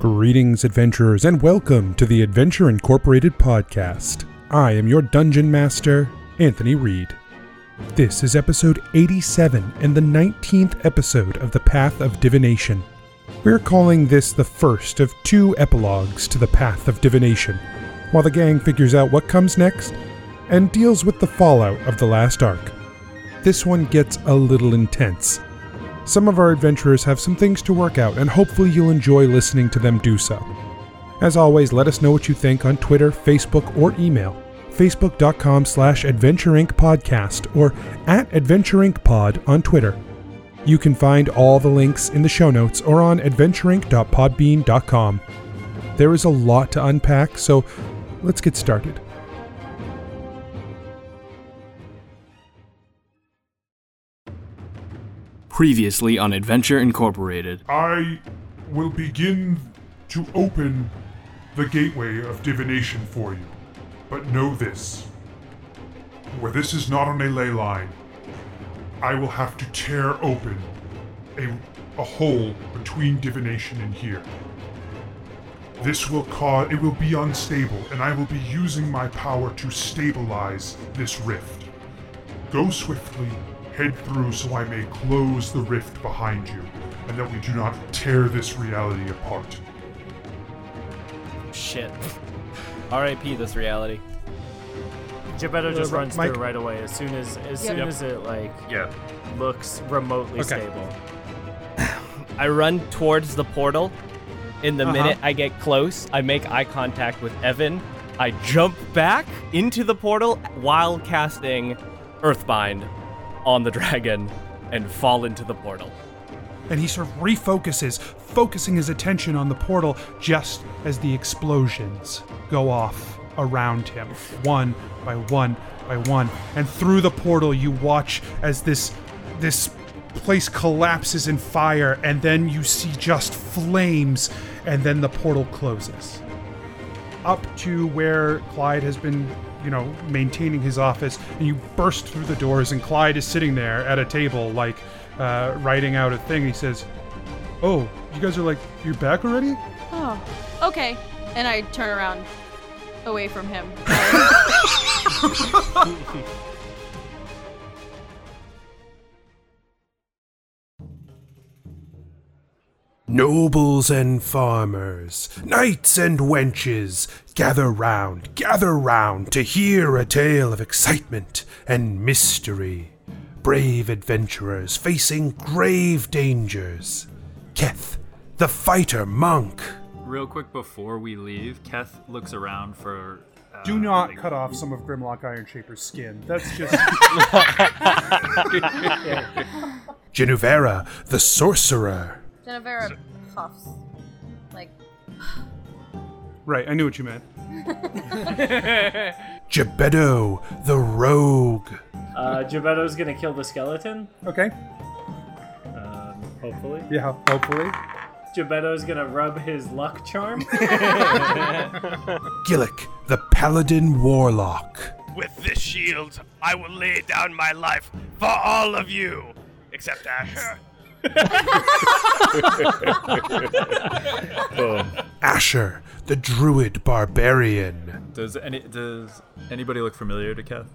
Greetings, adventurers, and welcome to the Adventure Incorporated podcast. I am your dungeon master, Anthony Reed. This is episode 87 and the 19th episode of The Path of Divination. We're calling this the first of two epilogues to The Path of Divination, while the gang figures out what comes next and deals with the fallout of the last arc. This one gets a little intense. Some of our adventurers have some things to work out, and hopefully you'll enjoy listening to them do so. As always, let us know what you think on Twitter, Facebook, or email. Facebook.com slash Adventure Inc. Podcast or at Adventure Inc. Pod on Twitter. You can find all the links in the show notes or on adventureinc.podbean.com. There is a lot to unpack, so let's get started. Previously on Adventure Incorporated. I will begin to open the gateway of divination for you. But know this. Where this is not on a ley line, I will have to tear open a, a hole between divination and here. This will cause it will be unstable, and I will be using my power to stabilize this rift. Go swiftly, head through so I may close the rift behind you, and that we do not tear this reality apart. Shit. R.I.P. this reality. Gebetto just Ro- runs Mike- through right away as soon as as soon Yep. as it like Yeah. looks remotely Okay. stable. I run towards the portal. In the minute I get close, I make eye contact with Evan. I jump back into the portal while casting Earthbind on the dragon and fall into the portal. and he sort of refocuses, focusing his attention on the portal just as the explosions go off around him, one by one by one. And through the portal, you watch as this this place collapses in fire, and then you see just flames, and then the portal closes up to where Clyde has been, you know, maintaining his office, and you burst through the doors, and Clyde is sitting there at a table, like, uh, writing out a thing. He says, Oh, you guys are like, you're back already? Oh, okay. And I turn around away from him. Nobles and farmers, knights and wenches, gather round, gather round to hear a tale of excitement and mystery. Brave adventurers facing grave dangers. Keth, the fighter monk. Real quick before we leave, Keth looks around for. Uh, Do not like- cut off some of Grimlock Iron Shaper's skin. That's just. Genuvera, the sorcerer. Genevera puffs. Like, Right, I knew what you meant. Gebetto, the rogue. Uh, Gebetto's gonna kill the skeleton, Okay. um, hopefully. Yeah, hopefully. Gebetto's gonna rub his luck charm. Gillick, the paladin warlock. With this shield, I will lay down my life for all of you, except Ash. Asher, the druid barbarian. Does any does anybody look familiar to Keth?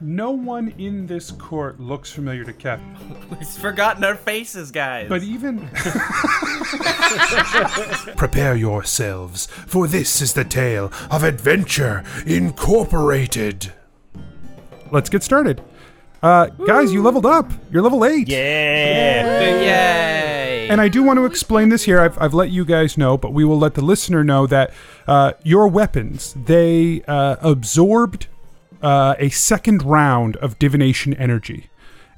No one in this court looks familiar to Keth, He's forgotten our faces, guys. but even. Prepare yourselves, for this is the tale of Adventure Incorporated. Let's get started. Uh, guys, you leveled up. You're level 8. Yeah. Yay! And I do want to explain this here. I've, I've let you guys know, but we will let the listener know that uh, your weapons they uh, absorbed uh, a second round of divination energy,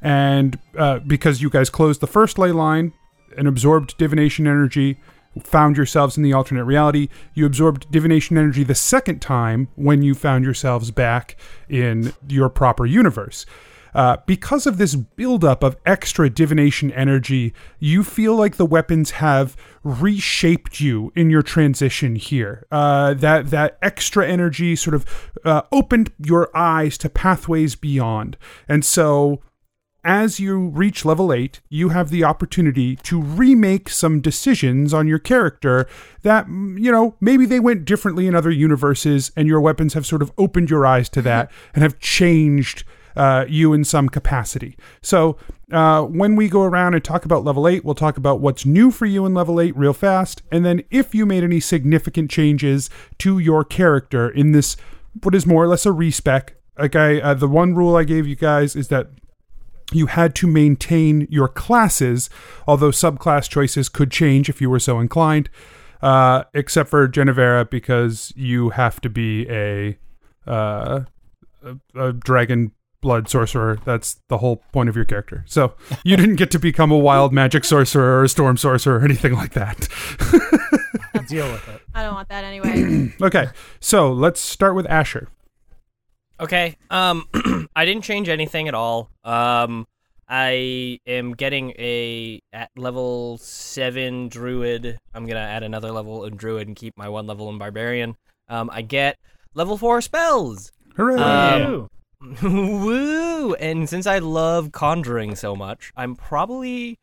and uh, because you guys closed the first ley line and absorbed divination energy, found yourselves in the alternate reality. You absorbed divination energy the second time when you found yourselves back in your proper universe. Uh, because of this buildup of extra divination energy, you feel like the weapons have reshaped you in your transition here. Uh, that that extra energy sort of uh, opened your eyes to pathways beyond, and so as you reach level 8, you have the opportunity to remake some decisions on your character that, mm, you know, maybe they went differently in other universes, and your weapons have sort of opened your eyes to that and have changed uh, you in some capacity. So uh, when we go around and talk about level eight, we'll talk about what's new for you in level eight real fast, and then if you made any significant changes to your character in this, what is more or less a respec. Like I, uh, the one rule I gave you guys is that you had to maintain your classes, although subclass choices could change if you were so inclined. Uh, except for Genevera, because you have to be a uh, a dragon blood sorcerer. That's the whole point of your character. So you didn't get to become a wild magic sorcerer or a storm sorcerer or anything like that. Deal with it. I don't want that anyway. okay, so let's start with Asher. Okay. Um, I didn't change anything at all. Um, I am getting a at level seven druid. I'm gonna add another level in druid and keep my one level in barbarian. Um, I get level four spells. Hooray! Um, Woo! And since I love conjuring so much, I'm probably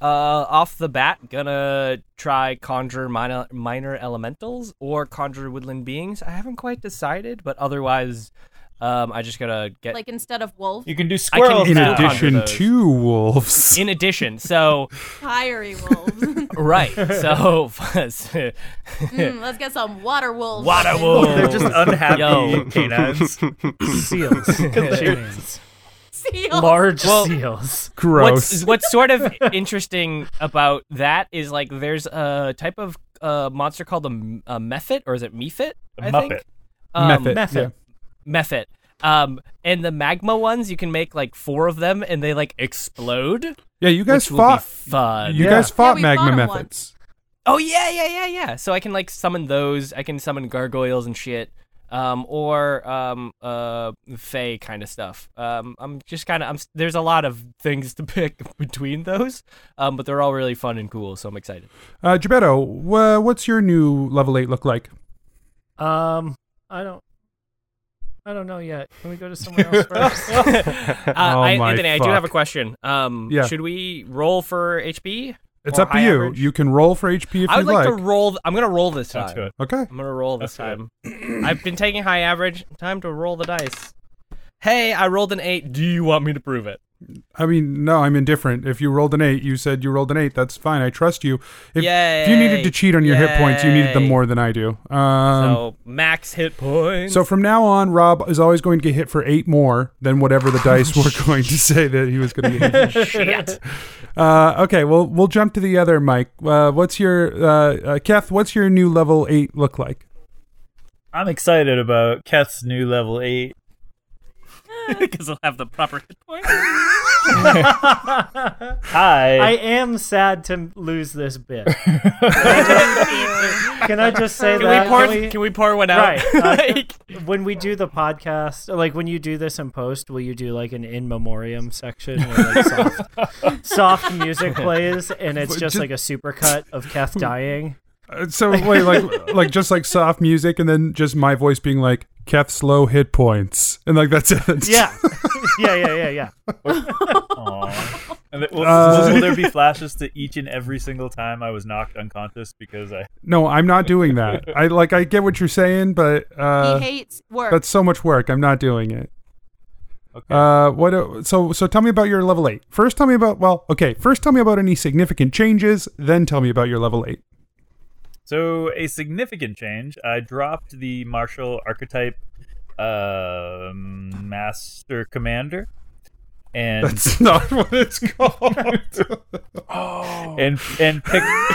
uh, off the bat gonna try conjure minor minor elementals or conjure woodland beings. I haven't quite decided, but otherwise, um, I just gotta get like instead of wolf, You can do squirrels do in I'll now. conjure addition those. to wolves. in addition. So fiery wolves. right, so Mm, let's get some water wolves. water wolves. They're just unhappy Yo. canines. Seals. That's their names. Seal. Large Well- seals. Gross. What's, what's sort of interesting about that is like there's a type of uh, monster called a, m- a mephit, or is it mephit? I Muppet. think um, Method. Method. Mephit. Um, and the magma ones, you can make like four of them, and they like explode. Yeah. yeah, you guys which will be fought. fun. You Yeah. guys fought we fought magma 'em methods. Oh yeah, yeah, yeah, yeah. So I can like summon those. I can summon gargoyles and shit. Um, or um, uh, fey kind of stuff. Um, I'm just kind of I'm. s- There's a lot of things to pick between those. Um, but they're all really fun and cool, so I'm excited. Uh, Gebetto, wha what's your new level eight look like? Uh, Um, I don't. I don't know yet. Can we go to somewhere else first? Uh, I, my Anthony, I do have a fuck. question. Um, Yeah. should we roll for HP? It's Or up to high you. average? You can roll for HP if you I would like, like. to roll. th- I'm gonna roll this Let's do time. it. okay. I'm gonna roll this Let's do time. I've been taking high average. Time to roll the dice. Hey, I rolled an eight. Do you want me to prove it? I mean, no, I'm indifferent. If you rolled an eight, you said you rolled an eight. That's fine. I trust you. If, if you needed Yay. to cheat on your hit points, you needed them Yay. more than I do. Um, so max hit points. so from now on, Rob is always going to get hit for eight more than whatever the dice were going to say that he was going to get hit. for. shit. Uh, okay, well, we'll jump to the other, Mike. Uh, what's your, uh, uh, Keth, what's your new level eight look like? I'm excited about Keth's new level eight because it'll have the proper hit point. Hi. I am sad to lose this bit. Can I just say can that? we pour? Can we- Can we pour one out? Right. Like- Uh, when we do the podcast, like when you do this in post, will you do like an in memoriam section where like soft, soft music plays and it's But just ju- like a supercut of Keth dying? Uh, so wait, like, like just like soft music, and then just my voice being like Keth's low hit points, and like that's it. Yeah. Yeah, yeah, yeah, yeah. Aw. And it- will, Uh, will there be flashes to each and every single time I was knocked unconscious because I? No, I'm not doing that. I like I get what you're saying, but uh, he hates work. that's so much work. I'm not doing it. Uh, what? uh, So, so tell me about your level eight. First, tell me about well, okay. First, tell me about any significant changes. Then, tell me about your level eight. So a significant change. I dropped the martial archetype, um master commander, and That's not what it's called. and and picked.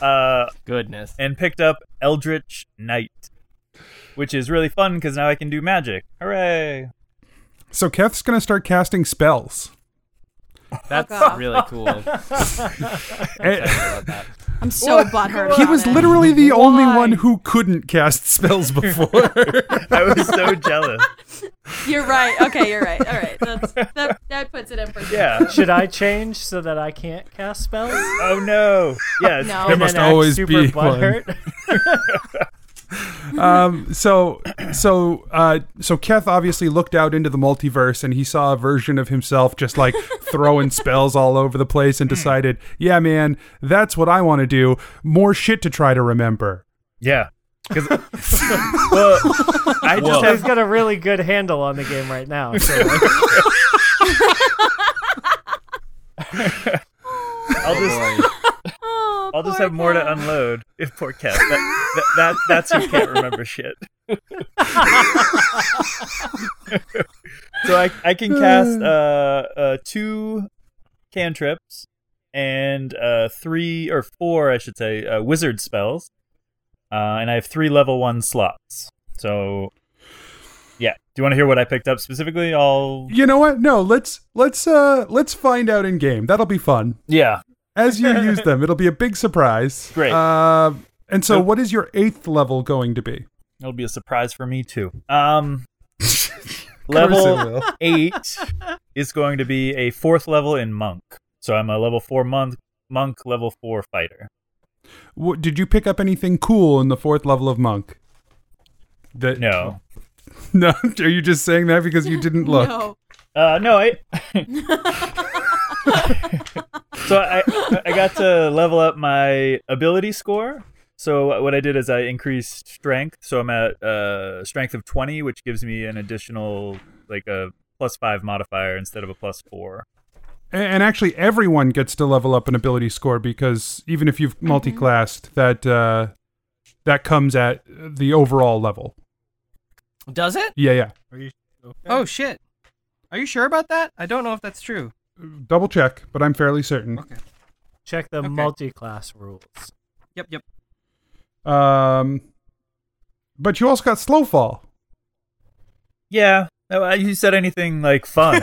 uh, Goodness. and picked up Eldritch Knight, which is really fun because now I can do magic. Hooray! so Keth's gonna start casting spells. Oh, That's off. really cool. I'm Eh, excited about that. I'm so butthurt. he about was it. literally the only Why? one who couldn't cast spells before. I was so jealous. You're right. Okay, you're right. All right, that's, that that puts it in perspective. Yeah. Should I change so that I can't cast spells? Oh no! Yes. No. There And must then act always super be one. butthurt? um, so so uh, so Keth obviously looked out into the multiverse and he saw a version of himself just like throwing spells all over the place Hmm. and decided, yeah, man, that's what I want to do. More shit to try to remember. Yeah. well, Oh, I just have- he's got a really good handle on the game right now. So. I'll Oh, just, I'll just have more to unload. If poor cat, that, that, that that's who can't remember shit. so I I can cast uh, uh two cantrips and uh three or four I should say uh, wizard spells, uh, and I have three level one slots. So yeah, do you want to hear what I picked up specifically? I'll You know what? No, let's let's uh let's find out in game. That'll be fun. yeah. As you use them, it'll be a big surprise. Great. Uh, and so, Nope. what is your eighth level going to be? It'll be a surprise for me too. Um, Of course it level will. eight is going to be a fourth level in monk. So I'm a level four monk, monk level four fighter. What, did you pick up anything cool in the fourth level of monk? That no, no. Are you just saying that because you didn't look? Uh, no, I. so I I got to level up my ability score. So what I did is I increased strength. So I'm at uh, strength of 20, which gives me an additional like a plus five modifier instead of a plus four. A- And actually, everyone gets to level up an ability score because even if you've multi-classed, that uh, that comes at the overall level. Does it? Yeah, yeah. Are you? Oh shit! Are you sure about that? I don't know if that's true. Double check, but I'm fairly certain. Check the multi-class rules. Yep, yep. Um, but you also got slow fall. Yeah. No, I- you said anything like fun?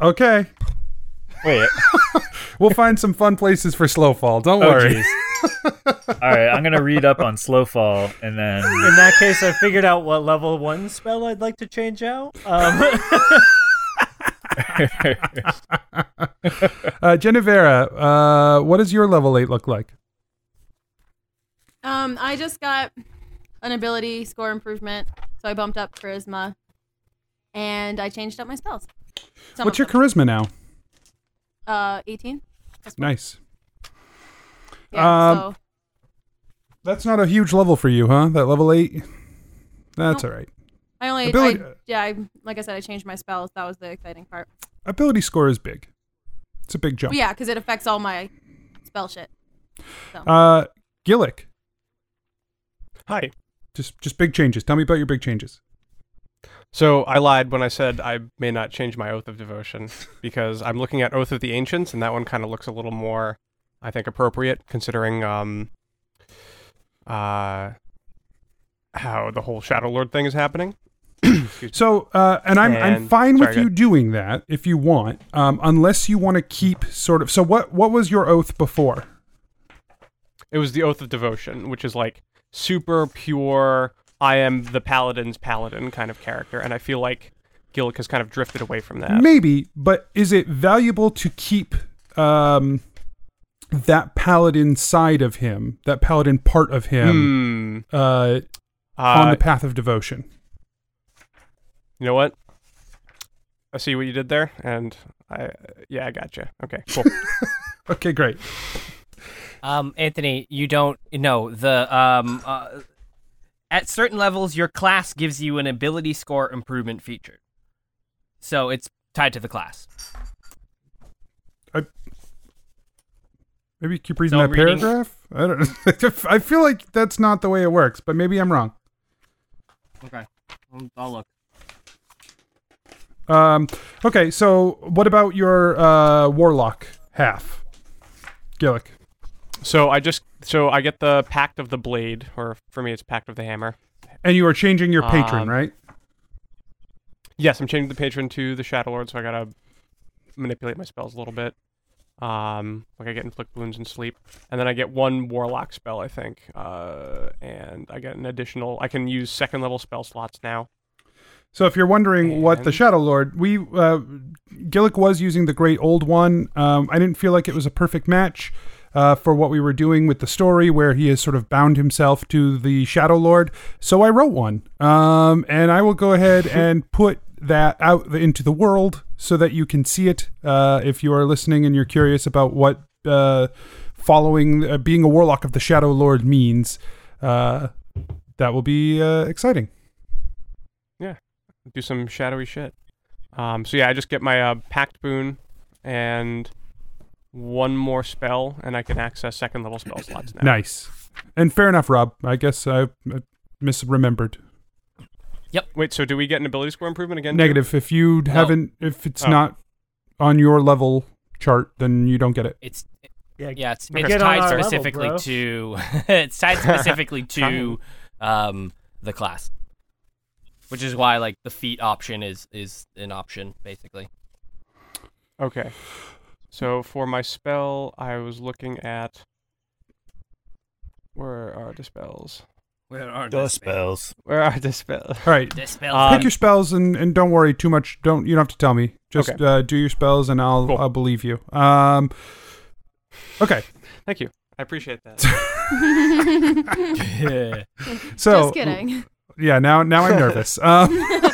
Okay, Wait. we'll find some fun places for slow fall. Don't Oh, worry. jeez. All right, I'm gonna read up on Slowfall and then In that case, I figured out what level one spell I'd like to change out. Um, uh, Genevera, uh, what does your level eight look like? Um, I just got an ability score improvement, so I bumped up charisma, and I changed up my spells. Some What's of your charisma now? them. uh eighteen? Nice. Yeah, um, so That's not a huge level for you, huh? That level eight. That's all right. I only ability- I, yeah, I, like I said, I changed my spells. That was the exciting part. Ability score is big. It's a big But jump. yeah, because it affects all my spell shit. So. Uh, Gillick, Hi. just just big changes. Tell me about your big changes. So I lied when I said I may not change my oath of devotion because I'm looking at oath of the ancients, and that one kind of looks a little more, I think, appropriate considering um, uh, how the whole Shadow Lord thing is happening. So, uh, and I'm I'm And- fine with sorry, go you ahead. doing that if you want, um, unless you want to keep sort of. So what what was your oath before? It was the oath of devotion, which is like super pure. I am the paladin's paladin kind of character, and I feel like Gillick has kind of drifted away from that. Maybe, but is it valuable to keep um, that paladin side of him, that paladin part of him, uh, on Hmm. Uh, the path of devotion? You know what? I see what you did there, and I yeah, I gotcha. Okay, cool. Okay, great. Um, Anthony, you don't know the um. Uh, at certain levels, your class gives you an ability score improvement feature, so it's tied to the class. Maybe keep reading So that reading- paragraph. I don't. I feel like that's not the way it works, but maybe I'm wrong. Okay, I'll look. Um, okay, so what about your uh, warlock half, Gillick? so I just so I get the Pact of the Blade, or for me, it's Pact of the Hammer. And you are changing your patron, Um, right? Yes, I'm changing the patron to the Shadow Lord, so I gotta manipulate my spells a little bit. Um, like I get inflict wounds and sleep, and then I get one warlock spell, I think. Uh, and I get an additional. I can use second level spell slots now. So if you're wondering what the Shadow Lord, we uh, Gillick was using the Great Old One. Um, I didn't feel like it was a perfect match. uh, for what we were doing with the story where he has sort of bound himself to the Shadow Lord. So I wrote one, um, and I will go ahead and put that out into the world so that you can see it. Uh, if you are listening and you're curious about what uh, following uh, being a warlock of the Shadow Lord means, uh, that will be uh, exciting. do some shadowy shit. Um, so yeah, I just get my uh, packed boon and one more spell, and I can access second level spell slots now. Nice. And fair enough, Rob. I guess I uh, misremembered. Yep. Wait, so do we get an ability score improvement again? too? Negative. If you No. haven't, if it's Oh. not on your level chart, then you don't get it. It's yeah, yeah it's, get it's on tied our level, specifically bro. to it's tied specifically to um the class, which is why like the feat option is is an option basically. Okay. So for my spell, I was looking at. Where are the spells? Where are the spells? Where are the spells? All right. Um, Pick your spells and, and don't worry too much. Don't you don't have to tell me. Just Okay. uh, do your spells and I'll I'll believe you. Um. Okay. Thank you. I appreciate that. So Just kidding. Yeah. Now now I'm nervous.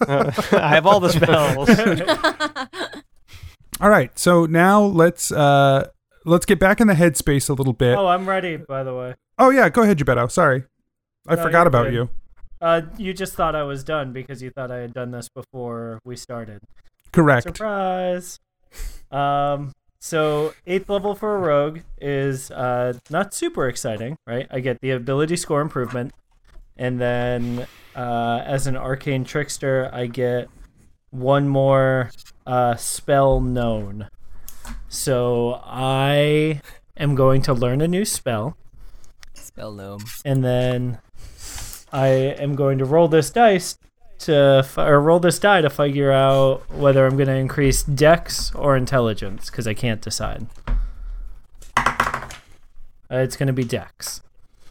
Um, I have all the spells. all right. So now let's uh let's get back in the headspace a little bit. Oh, I'm ready. By the way, Oh yeah, go ahead, Gebetto. Sorry, I No, forgot you're about good. you. Uh, you just thought I was done because you thought I had done this before we started. Correct. Surprise. Um, so eighth level for a rogue is uh not super exciting, right? I get the ability score improvement, and then uh, as an arcane trickster, I get one more uh spell known. So I am going to learn a new spell. Spell gnome. And then I am going to roll this dice to fi- or roll this die to figure out whether I'm going to increase dex or intelligence because I can't decide. Uh, it's going to be dex.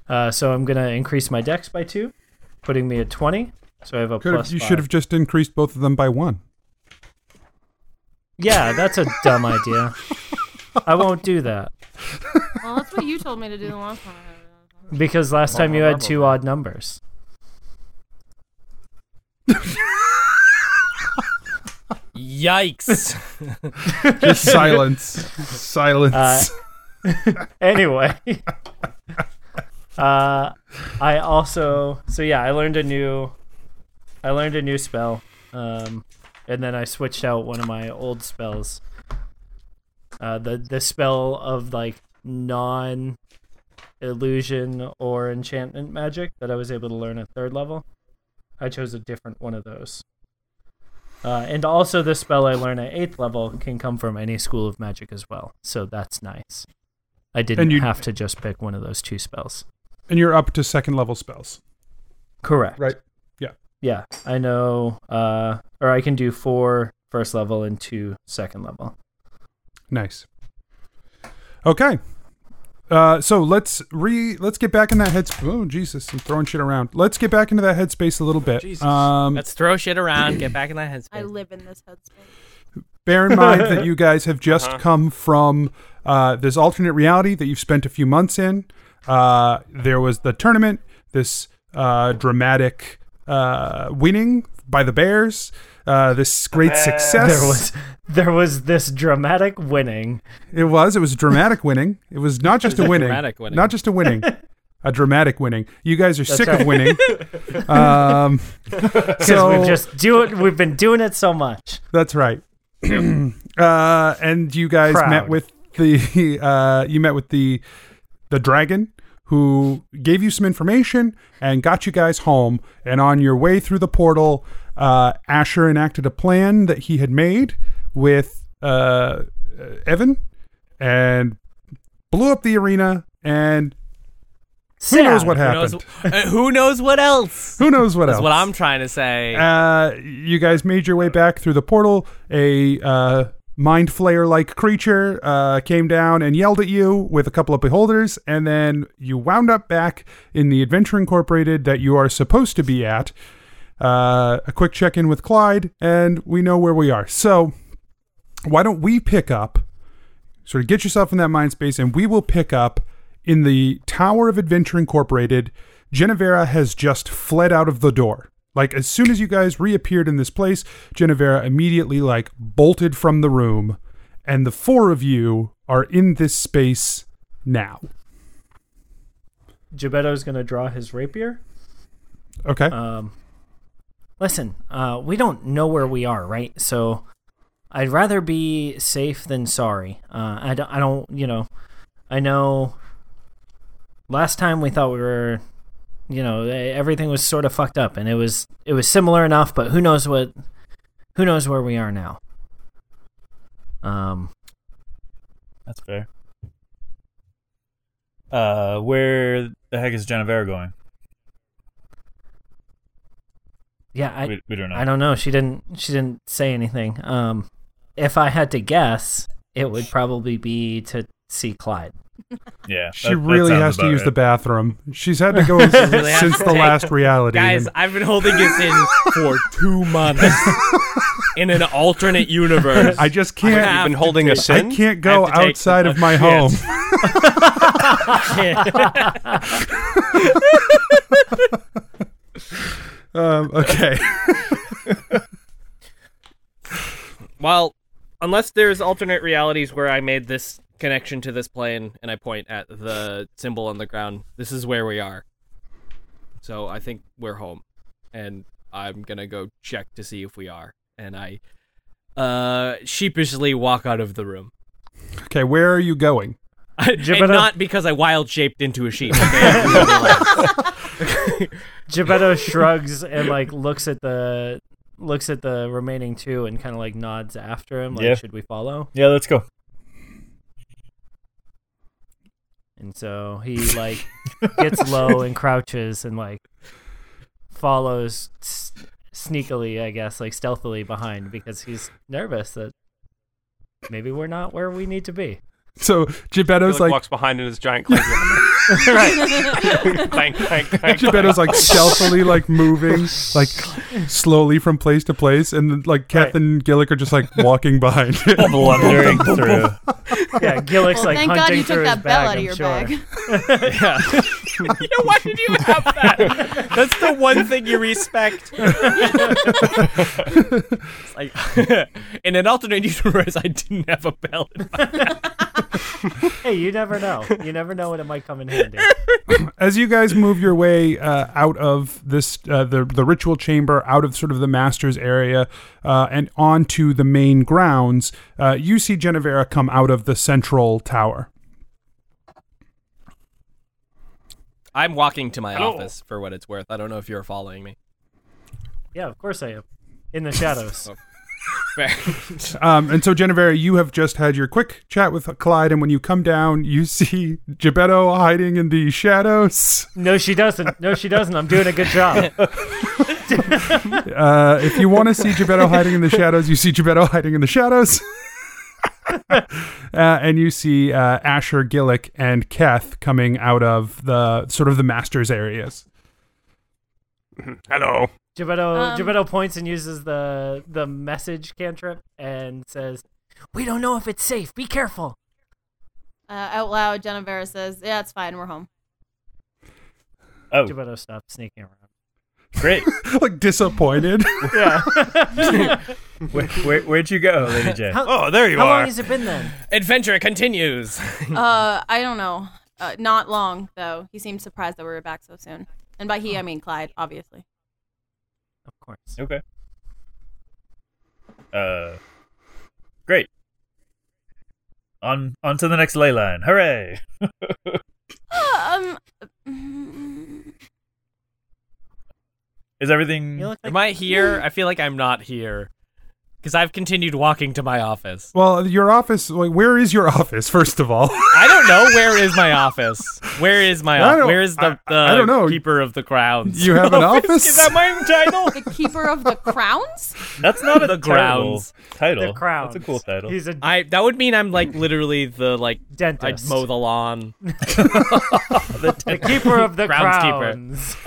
Uh, so I'm going to increase my dex by 2, putting me at 20. So I have a Could have, plus you five. should have just increased both of them by one. Yeah, that's a dumb idea. I won't do that well, that's what you told me to do the last time. because last time you had two odd numbers. Yikes! Just silence. Silence. Uh, anyway, uh, I also so yeah, I learned a new, I learned a new spell, um, and then I switched out one of my old spells. Uh, the the spell of like non illusion or enchantment magic that I was able to learn at third level. I chose a different one of those. Uh, and also, the spell I learn at eighth level can come from any school of magic as well, so that's nice. I didn't you- have to just pick one of those two spells. and you're up to second level spells. Correct. Right. Yeah. Yeah, I know, uh, or I can do four first level and two second level. Nice. Okay. Uh, so let's re let's get back in that headspace. Oh Jesus, I'm throwing shit around. Let's get back into that headspace a little bit. Um, Let's throw shit around. Get back in that headspace. I live in this headspace. bear in mind that you guys have just Uh-huh. come from uh, this alternate reality that you've spent a few months in. Uh, there was the tournament, this uh, dramatic uh, winning by the Bears, uh, this great success. There was there was this dramatic winning. It was. It was a dramatic winning. It was not just It was a a winning. dramatic winning. Not just a winning. a dramatic winning. You guys are That's sick right. of winning. um, Because so we've just do it. We've been doing it so much. that's right. uh, and you guys Proud. met with the uh, you met with the the dragon who gave you some information and got you guys home. And on your way through the portal, uh, Asher enacted a plan that he had made with uh, Evan and blew up the arena and who knows what Who knows- happened? uh, Who knows what else? Who knows what That's else? what I'm trying to say. Uh, you guys made your way back through the portal. A uh, mind flayer like creature uh, came down and yelled at you with a couple of beholders, and then you wound up back in the Adventure Incorporated that you are supposed to be at. Uh, a quick check in with Clyde, and we know where we are. So, why don't we pick up sort of get yourself in that mind space, and we will pick up in the Tower of Adventure Incorporated. Genevera has just fled out of the door. Like as soon as you guys reappeared in this place, Genevera immediately like bolted from the room, and the four of you are in this space now. Gebetto's gonna draw his rapier. Okay. Um, listen, uh, we don't know where we are, right? So I'd rather be safe than sorry. Uh, I, don't, I don't, you know, I know last time we thought we were, you know, e- everything was sort of fucked up and it was, it was similar enough, but who knows what, who knows where we are now. Um, That's fair. Uh, where the heck is Genevera going? Yeah, I We- we don't know. I don't know. She didn't she didn't say anything. Um if I had to guess, it would probably be to see Clyde. Yeah. She really has to use the bathroom. She's had to go s- Really has since to the take- last reality. Guys, and- I've been holding this in for two months in an alternate universe. I just can't. have to I take- can't go I have to take outside a of my shit. home. um, okay. Well, unless there's alternate realities where I made this connection to this plane and I point at the symbol on the ground, this is where we are. So I think we're home. And I'm going to go check to see if we are. And I uh sheepishly walk out of the room. Okay, where are you going? and not because I wild shaped into a sheep. okay? Gebetto shrugs and like looks at the looks at the remaining two and kind of like nods after him like Yeah. should we follow? Yeah, let's go. And so he like gets low and crouches and like follows s- sneakily, I guess, like stealthily behind because he's nervous that maybe we're not where we need to be. So Gebetto's He, like, like walks behind in his giant clank. clank, clank, clank. Gebetto's like stealthily like moving like slowly from place to place and then, like Kath and Gillick are just like walking behind him. Blundering through. Yeah, Gillick's Well, like thank God hunting you took through his that bell bag, out of I'm your sure. bag. you know, why did you have that? That's the one thing you respect. It's like, in an alternate universe, I didn't have a bell. In my bag. hey, you never know. You never know when it might come in handy. as you guys move your way uh, out of this uh, the the ritual chamber, out of sort of the master's area, uh, and onto the main grounds, uh, you see Genevera come out of the central tower. I'm walking to my Hello. office for what it's worth. I don't know if you're following me. Yeah, of course I am. In the shadows. Fair. Um, and so, Genevera, you have just had your quick chat with Clyde, and when you come down, you see Gebetto hiding in the shadows. No, she doesn't. No, she doesn't. I'm doing a good job. Uh, if you want to see Gebetto hiding in the shadows, you see Gebetto hiding in the shadows. uh, and you see uh, Asher, Gillick, and Keth coming out of the sort of the master's areas. Hello. Gebetto, Um, Gebetto points and uses the the message cantrip and says, "We don't know if it's safe. Be careful." Uh, out loud, Genevera says, "Yeah, it's fine. We're home." Oh. Gebetto stops sneaking around. Great. like disappointed. Yeah. where, where, where'd you go, Lady J? Oh, there you how are. long has it been then? Adventure continues. uh, I don't know. Uh, not long though. He seemed surprised that we were back so soon. And by he, I mean Clyde, obviously. Of course. Okay. Uh, great. On on to the next ley line. Hooray! Uh, um. Is everything? Am I here? I feel like I'm not here because I've continued walking to my office. Well, your office, like, where is your office, first of all? I don't know where is my office. Where is my I office? don't- Where is the, the I don't know. keeper of the grounds? You have an office? Is that my title? the keeper of the crowns? That's not a the terrible grounds title. The That's a cool title. He's a I that would mean I'm like literally the like Dentist. I mow the lawn. the, The keeper of the Groundskeeper. crowns.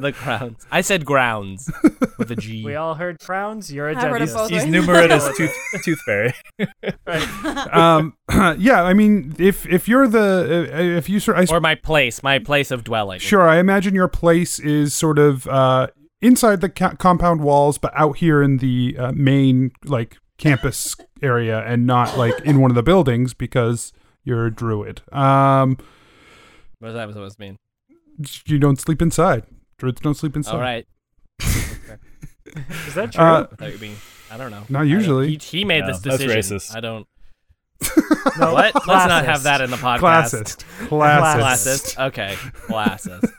the crowns. I said grounds with a G. We all heard crowns. You're a I heard dentist. it both He's numerous tooth, tooth fairy. um, yeah, I mean, if if you're the uh, if you sort, I, or my place, my place of dwelling. sure, I imagine your place is sort of uh, inside the ca- compound walls, but out here in the uh, main like campus area, and not like in one of the buildings because you're a druid. Um, What is that supposed to mean? you don't sleep inside. Druids don't sleep inside. All right. Is that true? Uh, I thought you mean- I don't know. not I don't- usually. He, he made No, this that's decision. racist. I don't. No, what? Let's not have classist. that in the podcast. Classist. Classist. Classist. Okay. Classist.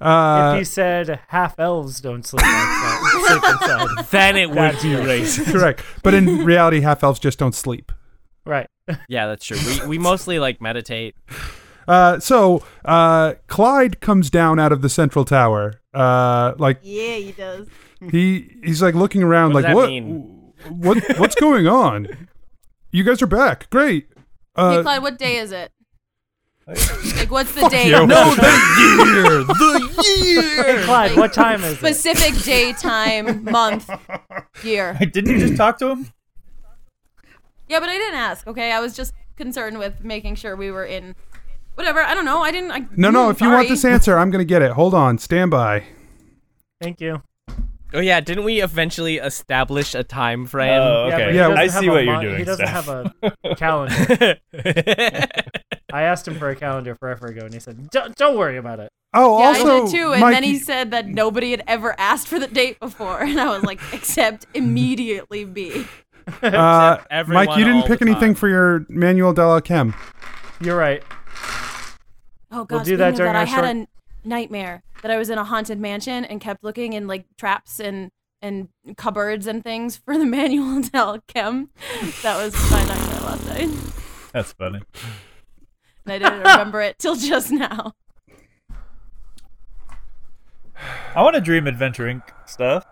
Uh, if he said half elves don't sleep outside, sleep inside, Then it would that's be racist. Correct. But in reality, half elves just don't sleep. Right. Yeah, that's true. We we mostly like meditate. Uh, so uh, Clyde comes down out of the central tower. Uh, like Yeah, he does. he he's like looking around, What does like that what mean? what what's going on? You guys are back. Great. hey, Uh, Clyde, what day is it? like, what's the day? you. No, the year, the year. Hey, Clyde, what time is it? Specific day, time, month, year. Didn't you just talk to him? Yeah, but I didn't ask. Okay, I was just concerned with making sure we were in. Whatever. I don't know. I didn't. I, no, no. Mm, If you want sorry. this answer, I'm gonna get it. Hold on. Stand by. Thank you. Oh yeah, didn't we eventually establish a time frame? Oh, Yeah, but he doesn't have a mon- He doesn't have a calendar. I asked him for a calendar forever ago, and he said, "Don't, don't worry about it." Oh, yeah, I also, did too. And Mike, then he said that nobody had ever asked for the date before, and I was like, except immediately me. uh, everyone Mike, you didn't all pick the anything for your Manuel de la Chem. You're right. Oh god, We'll do that speaking of during I our had a short- n- nightmare that I was in a haunted mansion and kept looking in like traps and and cupboards and things for the manual del chem. That was my nightmare last night, and That's funny. I didn't remember it till just now. I want to dream Adventure Inc. stuff.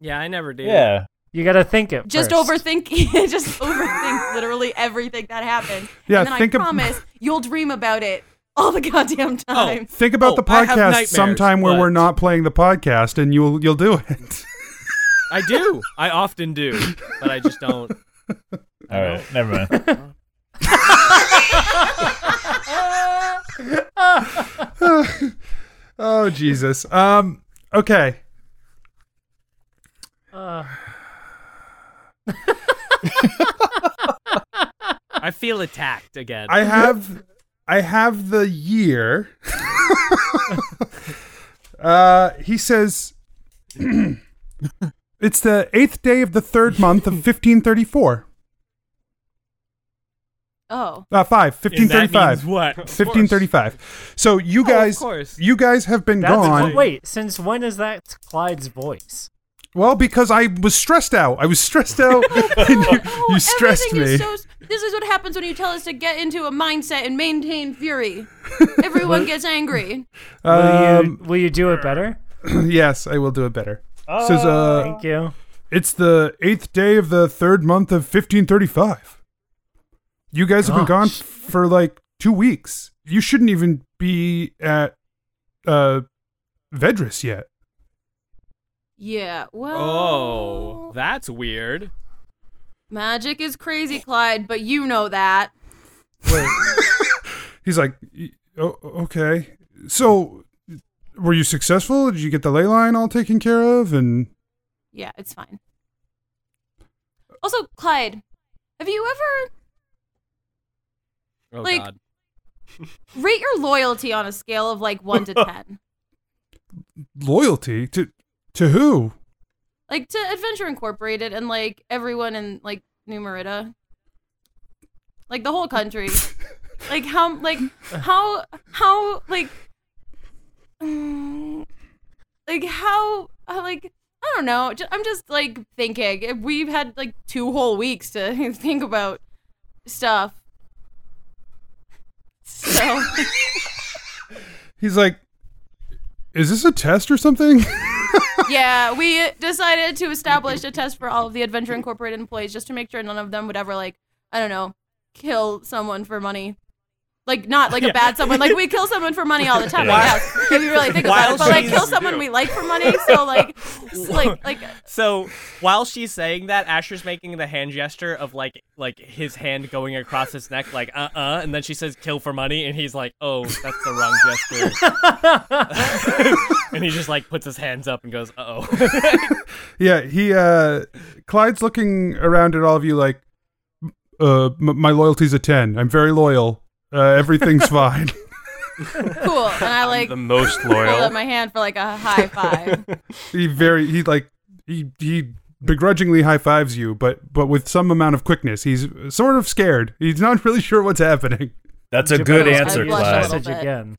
Yeah, I never did. Yeah. You gotta think it. Just first. overthink, just overthink literally everything that happens. Yeah, and then think I ab- Oh, promise you'll dream about it all the goddamn time. Think about the Oh, I have podcast nightmares, sometime where but- we're not playing the podcast, and you'll you'll do it. I do. I often do, but I just don't. All right, never mind. oh Jesus. Um. Okay. Uh, I feel attacked again. I have I have the year. uh, he says it's the eighth day of the third month of fifteen thirty four. Oh, Uh, five, And that 1535. means what? Of course. 1535. So you of guys course. you guys have been that's gone. wait. Since when is that Clyde's voice? Well, because I was stressed out. I was stressed out. and you, you stressed Everything me. is so. This is what happens when you tell us to get into a mindset and maintain fury. Everyone gets angry. Will, Um, you, will you do it better? Oh, yes, I will do it better. Says, uh, Thank you. It's the eighth day of the third month of 1535. You guys have been gone Gosh. for like two weeks. You shouldn't even be at uh, Vedris yet. Yeah. Well, Oh, that's weird. magic is crazy, Clyde, but you know that. He's like, "Y- oh, okay. So, were you successful? Did you get the ley line all taken care of? And Yeah, it's fine. Also, Clyde, have you ever Oh Like- god. rate your loyalty on a scale of like one to ten? loyalty to to who? Like to Adventure Incorporated and like everyone in like New Merida. Like the whole country. like how like how how like mm, like how uh, like I don't know. Ju- I'm just like thinking. We've had like two whole weeks to think about stuff. So He's like, is this a test or something? yeah, we decided to establish a test for all of the Adventure Incorporated employees just to make sure none of them would ever like, I don't know, kill someone for money. Like not like a bad someone. Like we kill someone for money all the time. Yeah. I guess if you really think Wild about it, but like cheese. kill someone we like for money. So like, s- like like uh, So while she's saying that, Asher's making the hand gesture of like like his hand going across his neck, like uh uh and then she says kill for money, and he's like, oh, that's the wrong gesture, and he just like puts his hands up and goes, uh oh. yeah, he uh Clyde's looking around at all of you like uh m- my loyalty's a 10. I'm very loyal. Uh, everything's fine. cool. And I like the most Hold loyal. up my hand for like a high five. he very he like he he begrudgingly high fives you, but but with some amount of quickness. He's sort of scared. He's not really sure what's happening. That's a good answer, Clyde. again.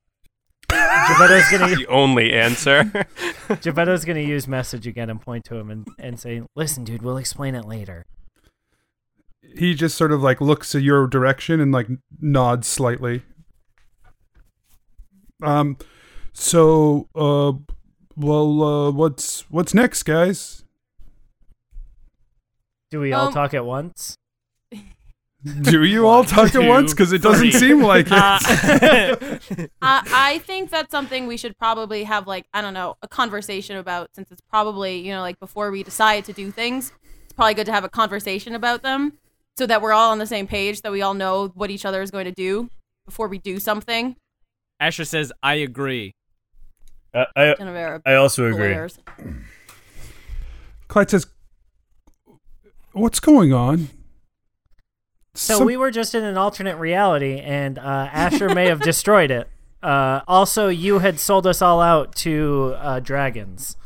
Geppetto's gonna The only answer. Geppetto's gonna use message again and point to him and, and say, "Listen, dude, we'll explain it later." He just sort of like looks at your direction and like nods slightly. Um so uh well uh what's what's next, guys? Do we all Um, talk at once? Do you all talk at two, once? Because it doesn't three. seem like it. Uh, I, I think that's something we should probably have like I don't know a conversation about since it's probably you know like before we decide to do things, it's probably good to have a conversation about them so that we're all on the same page that we all know what each other is going to do before we do something. Asher says, I agree. Uh, I Genevera I also agree. glares. Clyde says, "What's going on?" So Some- we were just in an alternate reality, and uh, Asher may have destroyed it. Uh, also, you had sold us all out to uh, dragons.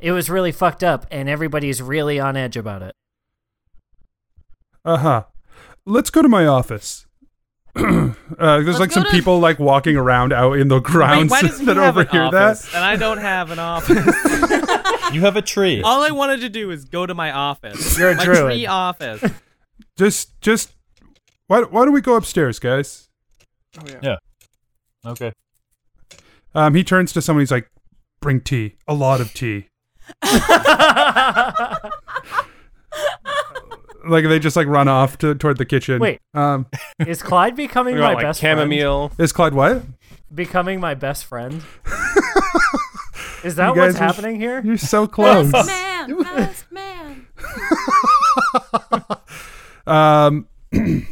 It was really fucked up, and everybody's really on edge about it. Uh huh. Let's go to my office. uh, there's like some people like walking around out in the grounds why does he that have an overhear office that. and I don't have an office? you have a tree. All I wanted to do is go to my office. You're a my druid. tree office. Just, just why? Why don't we go upstairs, guys? Yeah. Okay. Um, he turns to someone. He's like, "Bring tea, a lot of tea." like they just like run off to toward the kitchen. Wait. um, Is Clyde becoming We my want, like, best chamomile. is Clyde what? friend? Becoming my best friend? You Is that guys what's are- happening here? You're so close. Man, best man. Um,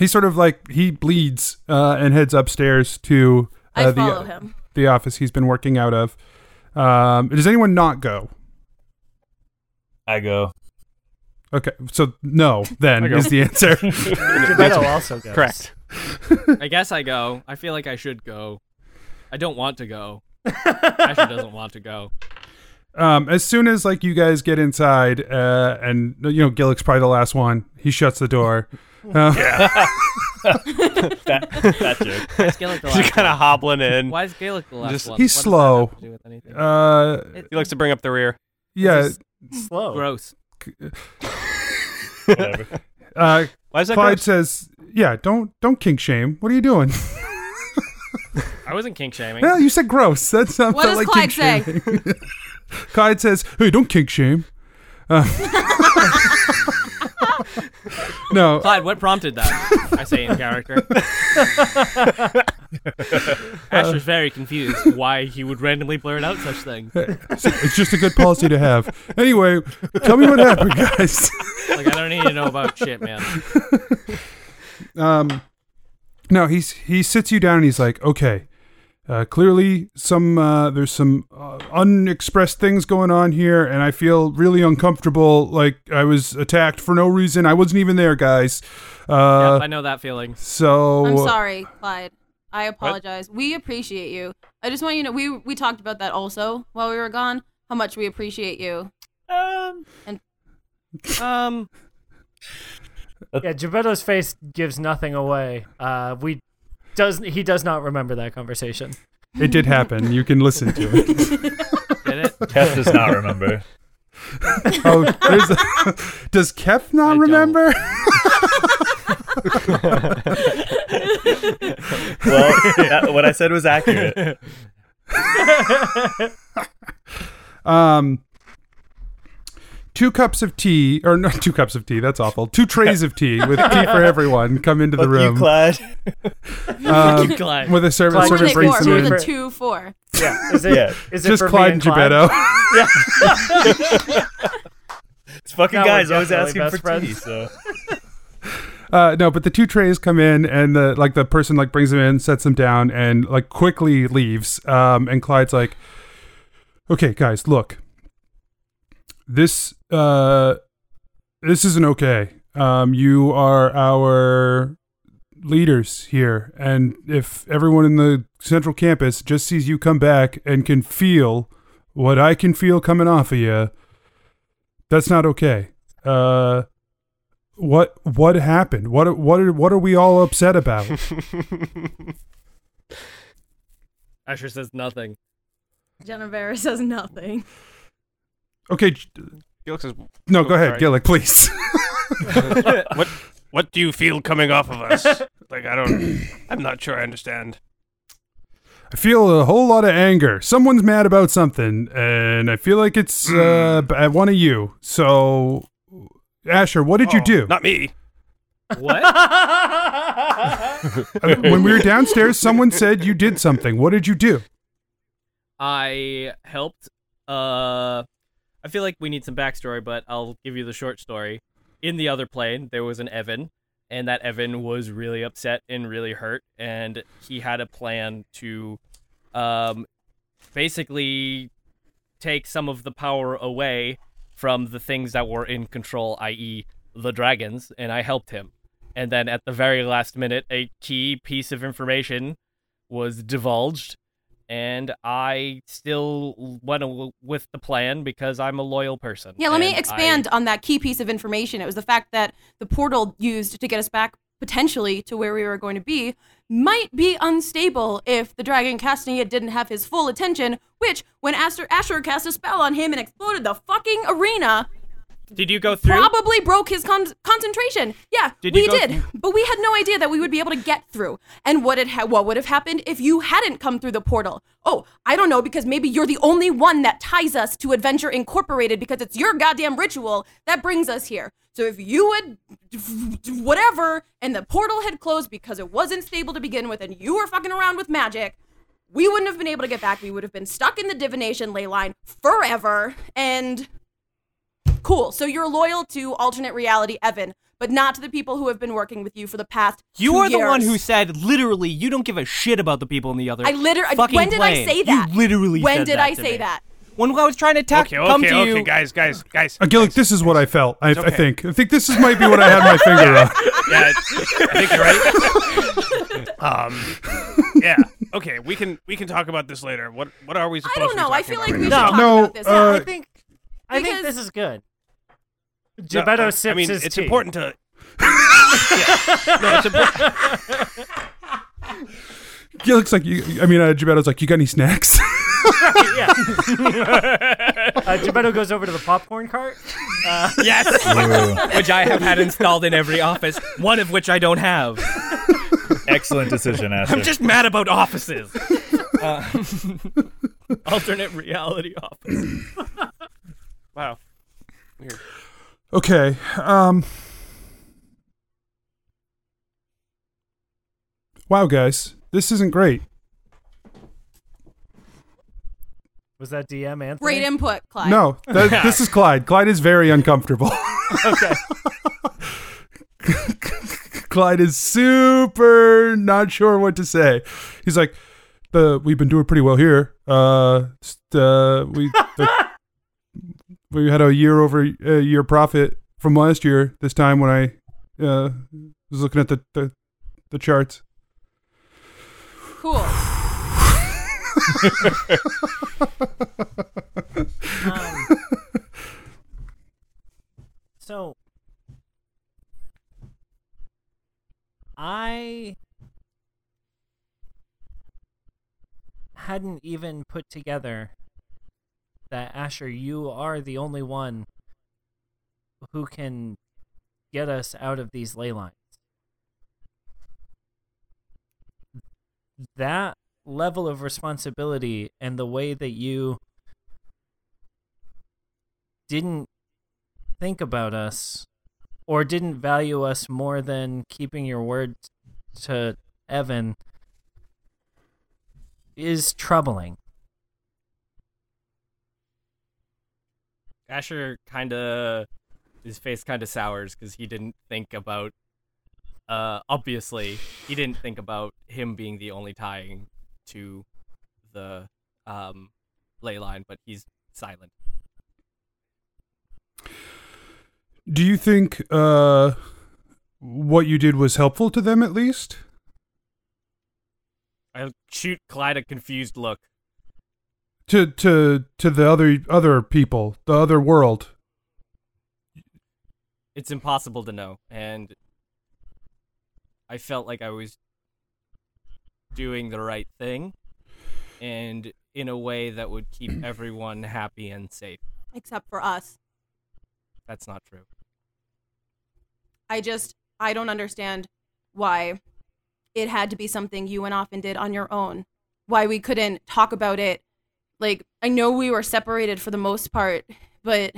he sort of like he bleeds uh, and heads upstairs to I uh, the follow him. the office he's been working out of. Um, does anyone not go? I go. Okay, so no, then I go. is the answer. Geppetto also goes. Correct. I guess I go. I feel like I should go. I don't want to go. Asher doesn't want to go. Um, as soon as like you guys get inside, uh, and you know Gillick's probably the last one. He shuts the door. Uh, that, that joke. Why is Gaelic the He's last kinda one? hobbling in. Why is Gaelic the last Just- one? He's What does that slow. have to do with anything? Uh, he likes to bring up the rear. yeah. Slow. Gross. Whatever. Uh, Why is that Clyde gross? says, "Yeah, don't don't kink shame. What are you doing?" I wasn't kink shaming. Well, you said gross. That's not What does like Clyde kink shaming. Clyde says, "Hey, don't kink shame." Uh, no. Clyde, what prompted that? I say in character. Asher's very confused why he would randomly blurt out such things. It's just a good policy to have. Anyway, tell me what happened, guys. Like I don't need to know about shit, man. um, no, he's he sits you down and he's like, okay, uh, clearly some uh, there's some uh, unexpressed things going on here, and I feel really uncomfortable. Like I was attacked for no reason. I wasn't even there, guys. Uh, I know that feeling. So I'm sorry, Clyde. I apologize. We appreciate you. I just want you to know we we talked about that also while we were gone. How much we appreciate you. Um and um Yeah, Geppetto's face gives nothing away. Uh, we does he does not remember that conversation. It did happen. You can listen to it. Did it? Keth does not remember. Oh, there's a, does Kef not remember? well, yeah, what I said was accurate. Um, two cups of tea, or not two cups of tea, that's awful. Two trays of tea with tea for everyone come into the Fuck you, room. Clyde. Um, Fuck you, Clyde. With a servant, Clyde, servant what brings are they them for? in. What are the two four. Yeah. Is it? Yeah. Is it Just for Clyde me and and Geppetto. Clyde? This fucking Now we're guy's always definitely asking for best tea. So Uh, no, but the two trays come in, and the like the person like brings them in, sets them down, and like quickly leaves. Um, and Clyde's like, "Okay, guys, look, this uh, this isn't okay. Um, you are our leaders here, and if everyone in the central campus just sees you come back and can feel what I can feel coming off of you, that's not okay. Uh, what what happened? What are- what are, what are we all upset about? Asher says nothing. Genevera says nothing. okay, j- Gillick says, no, oh, go ahead, sorry. Gillick, please. what what do you feel coming off of us? Like I don't I'm not sure I understand. I feel a whole lot of anger. Someone's mad about something, and I feel like it's Mm. uh, b- at one of you. So, Asher, what did you do? Oh, Not me. Uh, when we were downstairs, someone said you did something. What did you do? I helped. Uh, I feel like we need some backstory, but I'll give you the short story. In the other plane, there was an Evan, and that Evan was really upset and really hurt, and he had a plan to, um, basically take some of the power away from the things that were in control, i.e., the dragons, and I helped him. And then at the very last minute, a key piece of information was divulged, and I still went al- with the plan because I'm a loyal person. Yeah, let me and I- expand on that key piece of information. It was the fact that the portal used to get us back potentially to where we were going to be might be unstable if the dragon casting it didn't have his full attention, which, when Asher, Asher cast a spell on him and exploded the fucking arena, Did you go through? probably broke his con- concentration. Yeah, Did you we go did, through? but we had no idea that we would be able to get through. And what it ha- what would have happened if you hadn't come through the portal? Oh, I don't know because maybe you're the only one that ties us to Adventure Incorporated because it's your goddamn ritual that brings us here. So if you would whatever and the portal had closed because it wasn't stable to begin with and you were fucking around with magic, we wouldn't have been able to get back. We would have been stuck in the divination ley line forever. And cool. So you're loyal to alternate reality, Evan, but not to the people who have been working with you for the past. You two are the one years. who said literally you don't give a shit about the people in the other. I literally. fucking When did plane." I say that? You literally. When said did that I to say me. that? When I was trying to ta- Okay, come okay, to you. okay, guys, guys, guys. Uh, Gillick, this is what I felt. I, I okay. think. I think this is might be what I had my finger on. Yeah, I think you're right. Um, yeah. Okay, we can we can talk about this later. What what are we supposed I don't to be know. I talking feel like about we right should now? talk No, about this. uh, Yeah, I I think- think. I think Because- this is good. No, Geppetto I- sips I mean, his it's tea. important to. Yeah. No, it's important. Gillick's like, you, I mean, uh, Gebetto's like, you got any snacks? yeah. uh, Geppetto goes over to the popcorn cart. Uh, Yes, which I have had installed in every office, one of which I don't have. excellent decision, Asher. I'm just mad about offices. Uh, alternate reality office. wow. Okay. Um. Wow, guys, this isn't great. Was that DM Anthony? Great input, Clyde. No, th- this is Clyde. Clyde is very uncomfortable. okay. Clyde is super not sure what to say. He's like, "The we've been doing pretty well here. Uh, st- uh we the- we had a year over uh, year profit from last year. This time when I uh was looking at the the, the charts, Cool. Um, So I hadn't even put together that Asher, you are the only one who can get us out of these ley lines. That level of responsibility and the way that you didn't think about us or didn't value us more than keeping your word to Evan is troubling. Asher kind of his face kind of sours because he didn't think about. Uh, obviously, he didn't think about him being the only tying to the um, ley line, but he's silent. Do you think uh, what you did was helpful to them at least? I shoot Clyde a confused look. To to to the other other people, the other world. It's impossible to know, and I felt like I was doing the right thing, and in a way that would keep everyone happy and safe. except for us. That's not true. I just I don't understand why it had to be something you went off and did on your own. Why we couldn't talk about it. Like I know we were separated for the most part, but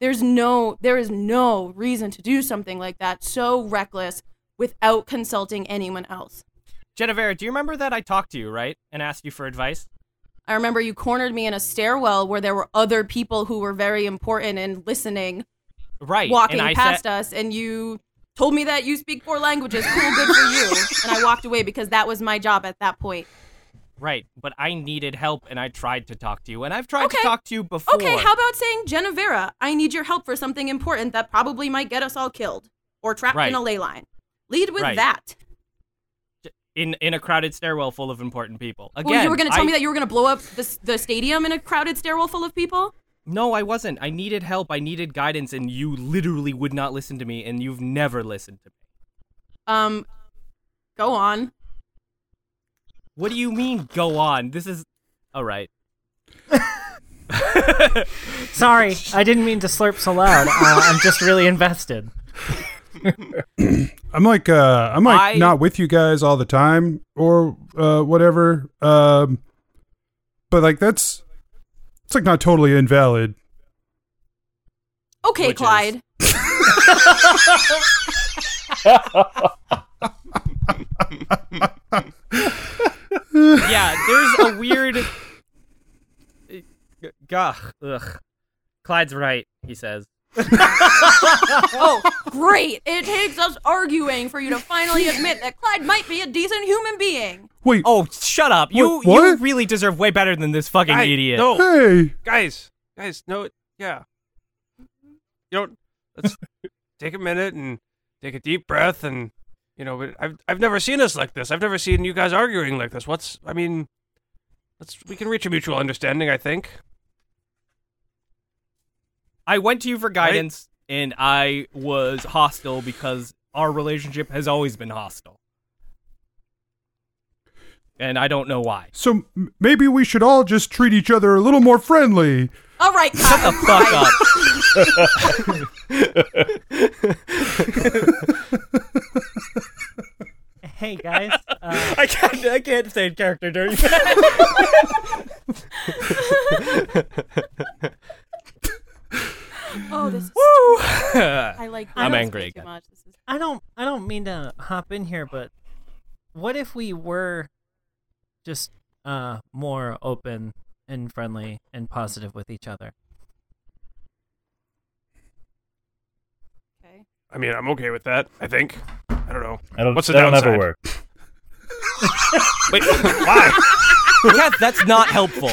there's no there is no reason to do something like that so reckless without consulting anyone else. Genevera, do you remember that I talked to you, right? And asked you for advice? I remember you cornered me in a stairwell where there were other people who were very important and listening, Right. walking and I past said- us, and you told me that you speak four languages. Cool, good for you. and I walked away because that was my job at that point. Right, but I needed help and I tried to talk to you, and I've tried to talk to you before. Okay, how about saying, Genevera, I need your help for something important that probably might get us all killed or trapped Right. in a ley line. Lead with Right. that. in in a crowded stairwell full of important people? Again, well, you were going to tell I- me that you were going to blow up the, s- the stadium in a crowded stairwell full of people? No, I wasn't. I needed help. I needed guidance, and you literally would not listen to me, and you've never listened to me. Um, go on. What do you mean? Go on. This is all right. Sorry, I didn't mean to slurp so loud. Uh, I'm just really invested. I'm like uh I'm like I- not with you guys all the time or uh whatever. Um but like that's it's like not totally invalid. Okay, Clyde. yeah, there's a weird. Gah, ugh. Clyde's right. He says. oh, great. It takes us arguing for you to finally admit that Clyde might be a decent human being. Wait. Oh, shut up. You Wait, what? you really deserve way better than this fucking Guy- idiot. No. Hey. Guys, guys, no, yeah. You don't. Let's take a minute and take a deep breath and. You know, but I've I've never seen us like this. I've never seen you guys arguing like this. What's I mean, let's we can reach a mutual understanding. I think. I went to you for guidance, and I was hostile because our relationship has always been hostile. And I don't know why. So m- maybe we should all just treat each other a little more friendly. All right, Clyde. Shut the fuck Hey guys, uh, I can't. I can't stay in character during. Oh, this is Woo! I like this. I'm This angry way again. Too much. This is- I don't. I don't mean to hop in here, but what if we were just uh, more open and friendly and positive with each other? I mean, I'm okay with that. I think. I don't know. I don't. What's the that'll never downside? work. Wait, why? yeah, that's not helpful.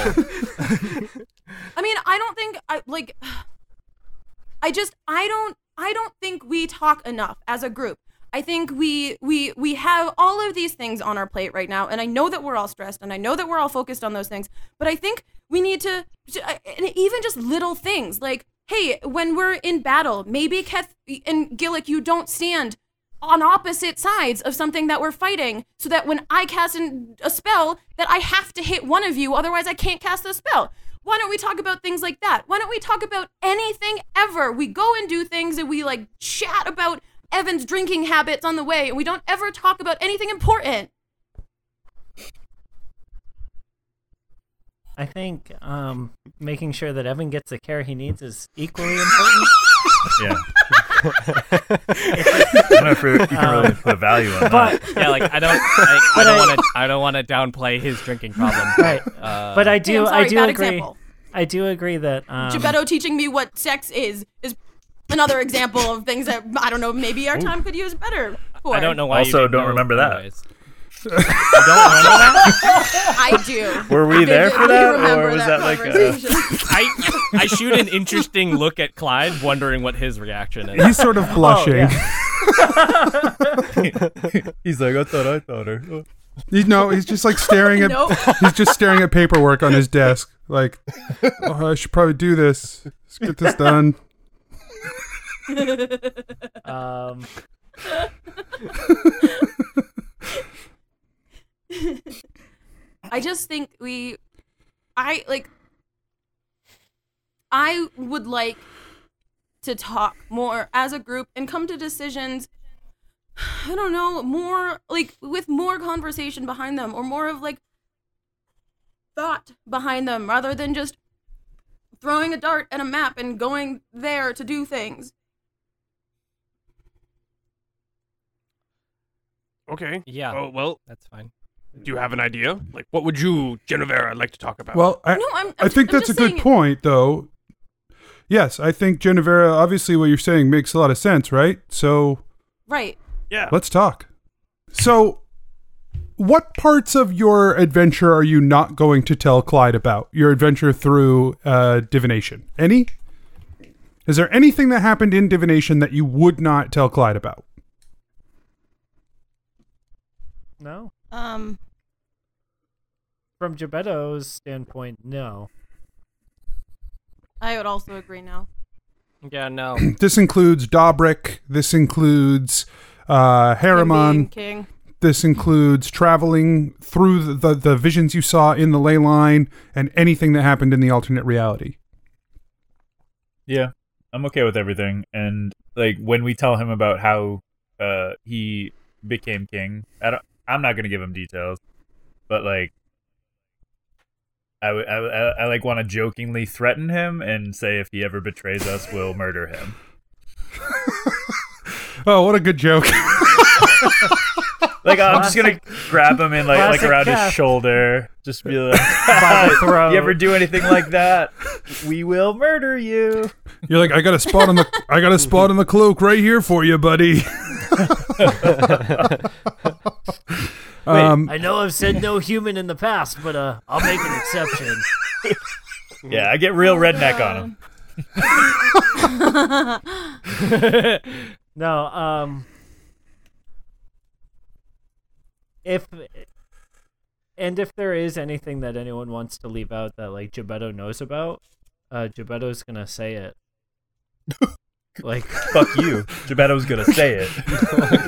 I mean, I don't think I like I just I don't I don't think we talk enough as a group. I think we we we have all of these things on our plate right now and I know that we're all stressed and I know that we're all focused on those things, but I think we need to to- uh, and even just little things like hey, when we're in battle, maybe Keth and Gillick you don't stand on opposite sides of something that we're fighting so that when I cast an, a spell that I have to hit one of you otherwise I can't cast the spell. Why don't we talk about things like that? Why don't we talk about anything ever? We go and do things and we like chat about Evan's drinking habits on the way and we don't ever talk about anything important. I think um, making sure that Evan gets the care he needs is equally important. Yeah. I don't know if you can really put value on that. yeah, like I don't, I, I Um, But don't I- want to, I don't want to downplay his drinking problem. Right. Uh, but I Hey, do, I'm sorry, I do bad agree. example. I do agree that um, Geppetto teaching me what sex is is another example of things that I don't know. Maybe our Ooh. time could use better. For. I don't know why. you also, didn't don't know remember that. anyways. I do. Were we I there do for that, remember or was that like a, conversation. I, I shoot an interesting look at Clyde, wondering what his reaction is. He's sort Oh, of blushing. He's like, I thought I thought her. You know, he's just like staring at Nope. he's just staring at paperwork on his desk. Like, oh, I should probably do this. Let's get this done. um, I just think we, I like, I would like to talk more as a group and come to decisions. I don't know, more like with more conversation behind them or more of like thought behind them rather than just throwing a dart at a map and going there to do things. Okay. Yeah. Oh well, that's fine. Do you have an idea? Like, what would you, Genevera, like to talk about? Well, I, I think that's a good point, though. Yes, I think Genevera. Obviously, what you're saying makes a lot of sense, right? So Right. Yeah. let's talk. So, what parts of your adventure are you not going to tell Clyde about? Your adventure through uh, divination? Any? Is there anything that happened in divination that you would not tell Clyde about? no. Um, From Gebetto's standpoint, no. I would also agree now. Yeah, no. this includes Dobrik. This includes uh, Harriman. King. This includes traveling through the, the, the visions you saw in the ley line and anything that happened in the alternate reality. Yeah, I'm okay with everything. And like when we tell him about how uh he became king, I don't. I'm not gonna give him details, but like. I, w- I, w- I- I, like want to jokingly threaten him and say if he ever betrays us, we'll murder him. Oh, what a good joke. Like I'm just gonna grab him and like like Classic around Cap. his shoulder, just be like, By the throat. "You ever do anything like that? We will murder you." You're like, I got a spot on the I got a spot on the cloak right here for you, buddy. um, I know I've said no human in the past, but uh, I'll make an exception. Yeah, I get real redneck on him. no, um if and if there is anything that anyone wants to leave out that like Gebetto knows about, uh Gebetto's gonna say it. like fuck you. Gebetto's gonna say it.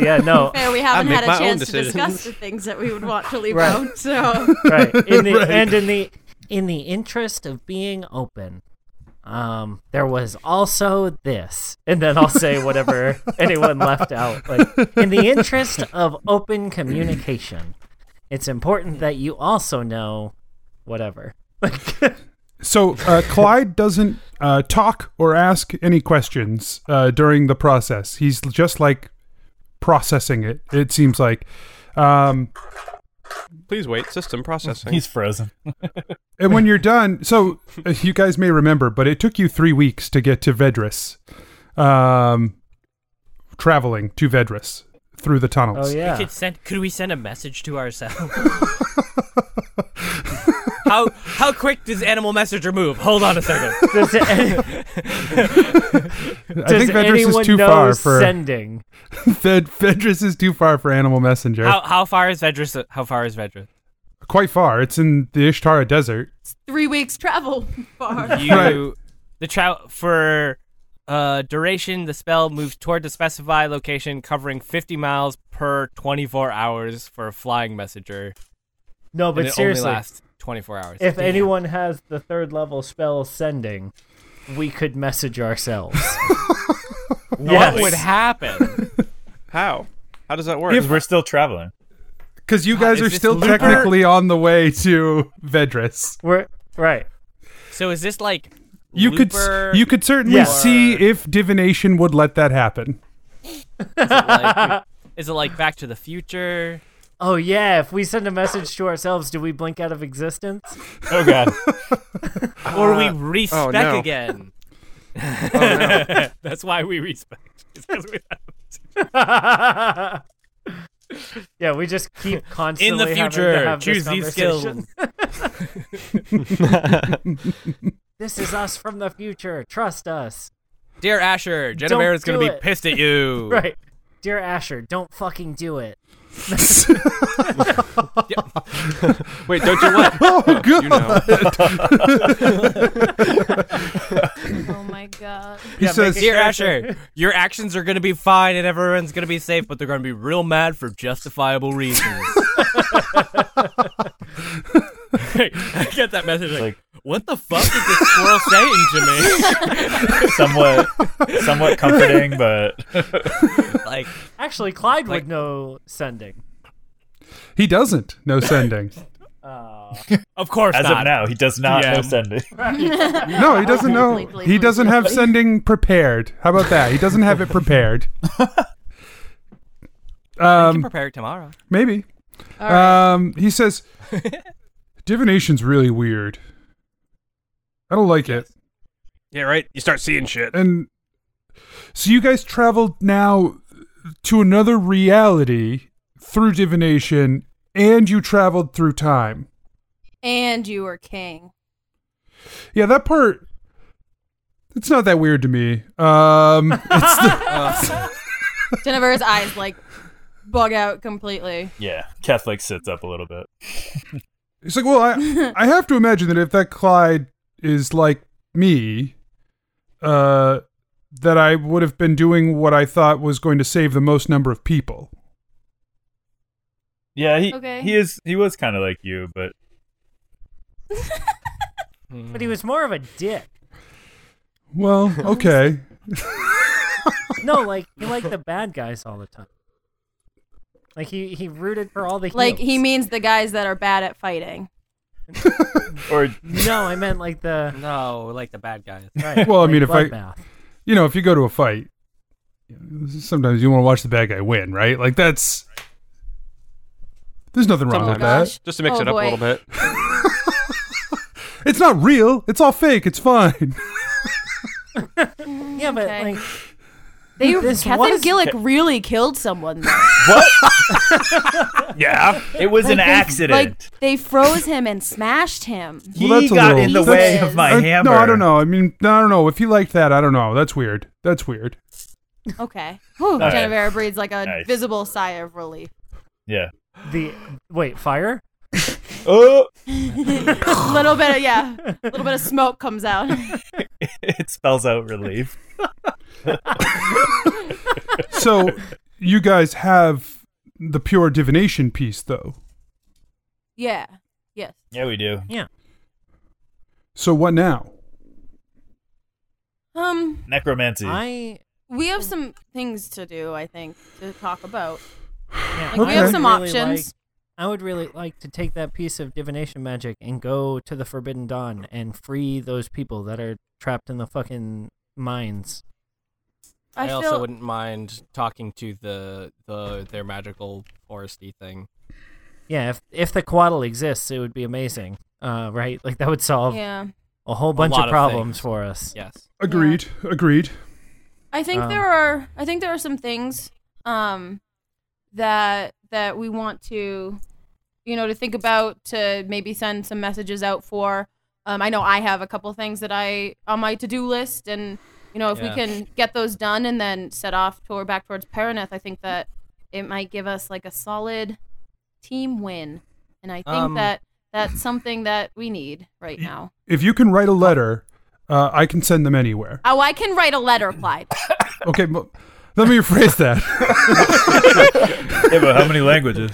yeah, no. Fair, we haven't had a chance to discuss the things that we would want to leave out. So right. In the Right. and in the in the interest of being open, um, there was also this, and then I'll say whatever anyone left out. Like in the interest of open communication, it's important that you also know whatever. So uh, Clyde doesn't uh, talk or ask any questions uh, during the process. He's just like processing it. It seems like. Um, Please wait. System processing. He's frozen. and when you're done, so uh, you guys may remember, but it took you three weeks to get to Vedris, um, traveling to Vedris through the Oh, tunnels. We could send. Could we send a message to ourselves? how how quick does Animal Messenger move? Hold on a second. Does, I think Vedris anyone is too know far for sending? Ved- Vedris is too far for Animal Messenger. how how far is Vedris? How far is Vedris? Quite far. It's in the Ishtara Desert. three weeks travel far. You Right. the trout for uh, duration. The spell moves toward the specified location, covering 50 miles per 24 hours for a flying messenger. No, but and it seriously, only lasts 24 hours. If Damn. anyone has the third level spell sending, we could message ourselves. what would happen? How? How does that work? Because we're still traveling. Because you guys Is are this still Looper? technically on the way to Vedris. We're right. So is this like You could Looper you could certainly or- see if divination would let that happen. Is it like Back to the Future? Oh yeah, if we send a message to ourselves, do we blink out of existence? Oh, God. Or we respec oh, no. again. Oh, Oh, That's why we respect. is 'cause we have- yeah, we just keep constantly In the having to future, have this choose these conversation. skills. this is us from the future. Trust us. Dear Asher, Don't Jennifer is going do to be it. pissed at you. right. Dear Asher, don't fucking do it. Wait, don't do what? Oh, You know. Oh my god. He says, Dear Asher, your actions are going to be fine and everyone's going to be safe, but they're going to be real mad for justifiable reasons. I get that message like, what the fuck is this squirrel saying to me? somewhat somewhat comforting, but like Actually, Clyde would know sending. He doesn't. No sending. Of course as not. of now, he does not know DM. sending. No, he doesn't know. He doesn't have sending prepared. How about that? He doesn't have it prepared. you can Um, prepare it tomorrow. maybe. All right. Um, he says, "Divination's really weird. I don't like it." Yeah, right? You start seeing shit. And so you guys traveled now to another reality through divination, and you traveled through time. And you were king. Yeah, that part. It's not that weird to me. Um, it's Uh. the, Jennifer's eyes like bug out completely. yeah, Catholic sits up a little bit. it's like, well, I I have to imagine that if that Clyde is like me, uh, that I would have been doing what I thought was going to save the most number of people. Yeah, he Okay. he is he was kind of like you, but But Mm. he was more of a dick. Well, okay. No, like he liked the bad guys all the time. Like he he rooted for all the Like he heels. means the guys that are bad at fighting. or no, I meant like the no, like the bad guys. Right. well, I like mean, if Bloodbath. I, you know, if you go to a fight, sometimes you want to watch the bad guy win, right? Like that's. There's nothing wrong with that. Just to mix Oh, it up boy. a little bit. It's not real. It's all fake. It's fine. yeah, but like They This Catherine was- Gillick really killed someone. Though. yeah, it was Like, an they- accident. Like they froze him and smashed him. Well, that's a got little- in the that's- way of my uh, hammer. No, I don't know. I mean, no, I don't know. If he liked that, I don't know. That's weird. That's weird. Okay. Whew, right. Jennifer breathes like a Nice. visible sigh of relief. Yeah. The wait, fire? Oh, a little bit of yeah, a little bit of smoke comes out. it spells out relief. So, you guys have the pure divination piece, though. yeah. Yes. Yeah, we do. Yeah. So what now? Um, Necromancy. I we have some things to do. I think to talk about. yeah, Like, we I have would some really options. like- I would really like to take that piece of divination magic and go to the Forbidden Dawn and free those people that are trapped in the fucking mines. I, I also feel- wouldn't mind talking to the the their magical foresty thing. Yeah, if if the Quaddle exists, it would be amazing. Uh, right? Like that would solve Yeah. a whole A bunch lot of of problems things. for us. Yes. Agreed. Agreed. I think Um, there are I think there are some things um that that we want to you know to think about to maybe send some messages out for um I know I have a couple things that I on my to-do list and you know if Yeah. we can get those done and then set off toward back towards Paraneth I think that it might give us like a solid team win and I think Um, that that's something that we need right now. If you can write a letter, uh, I can send them anywhere. Oh, I can write a letter, Clyde. Okay, but let me rephrase that. Yeah, but how many languages?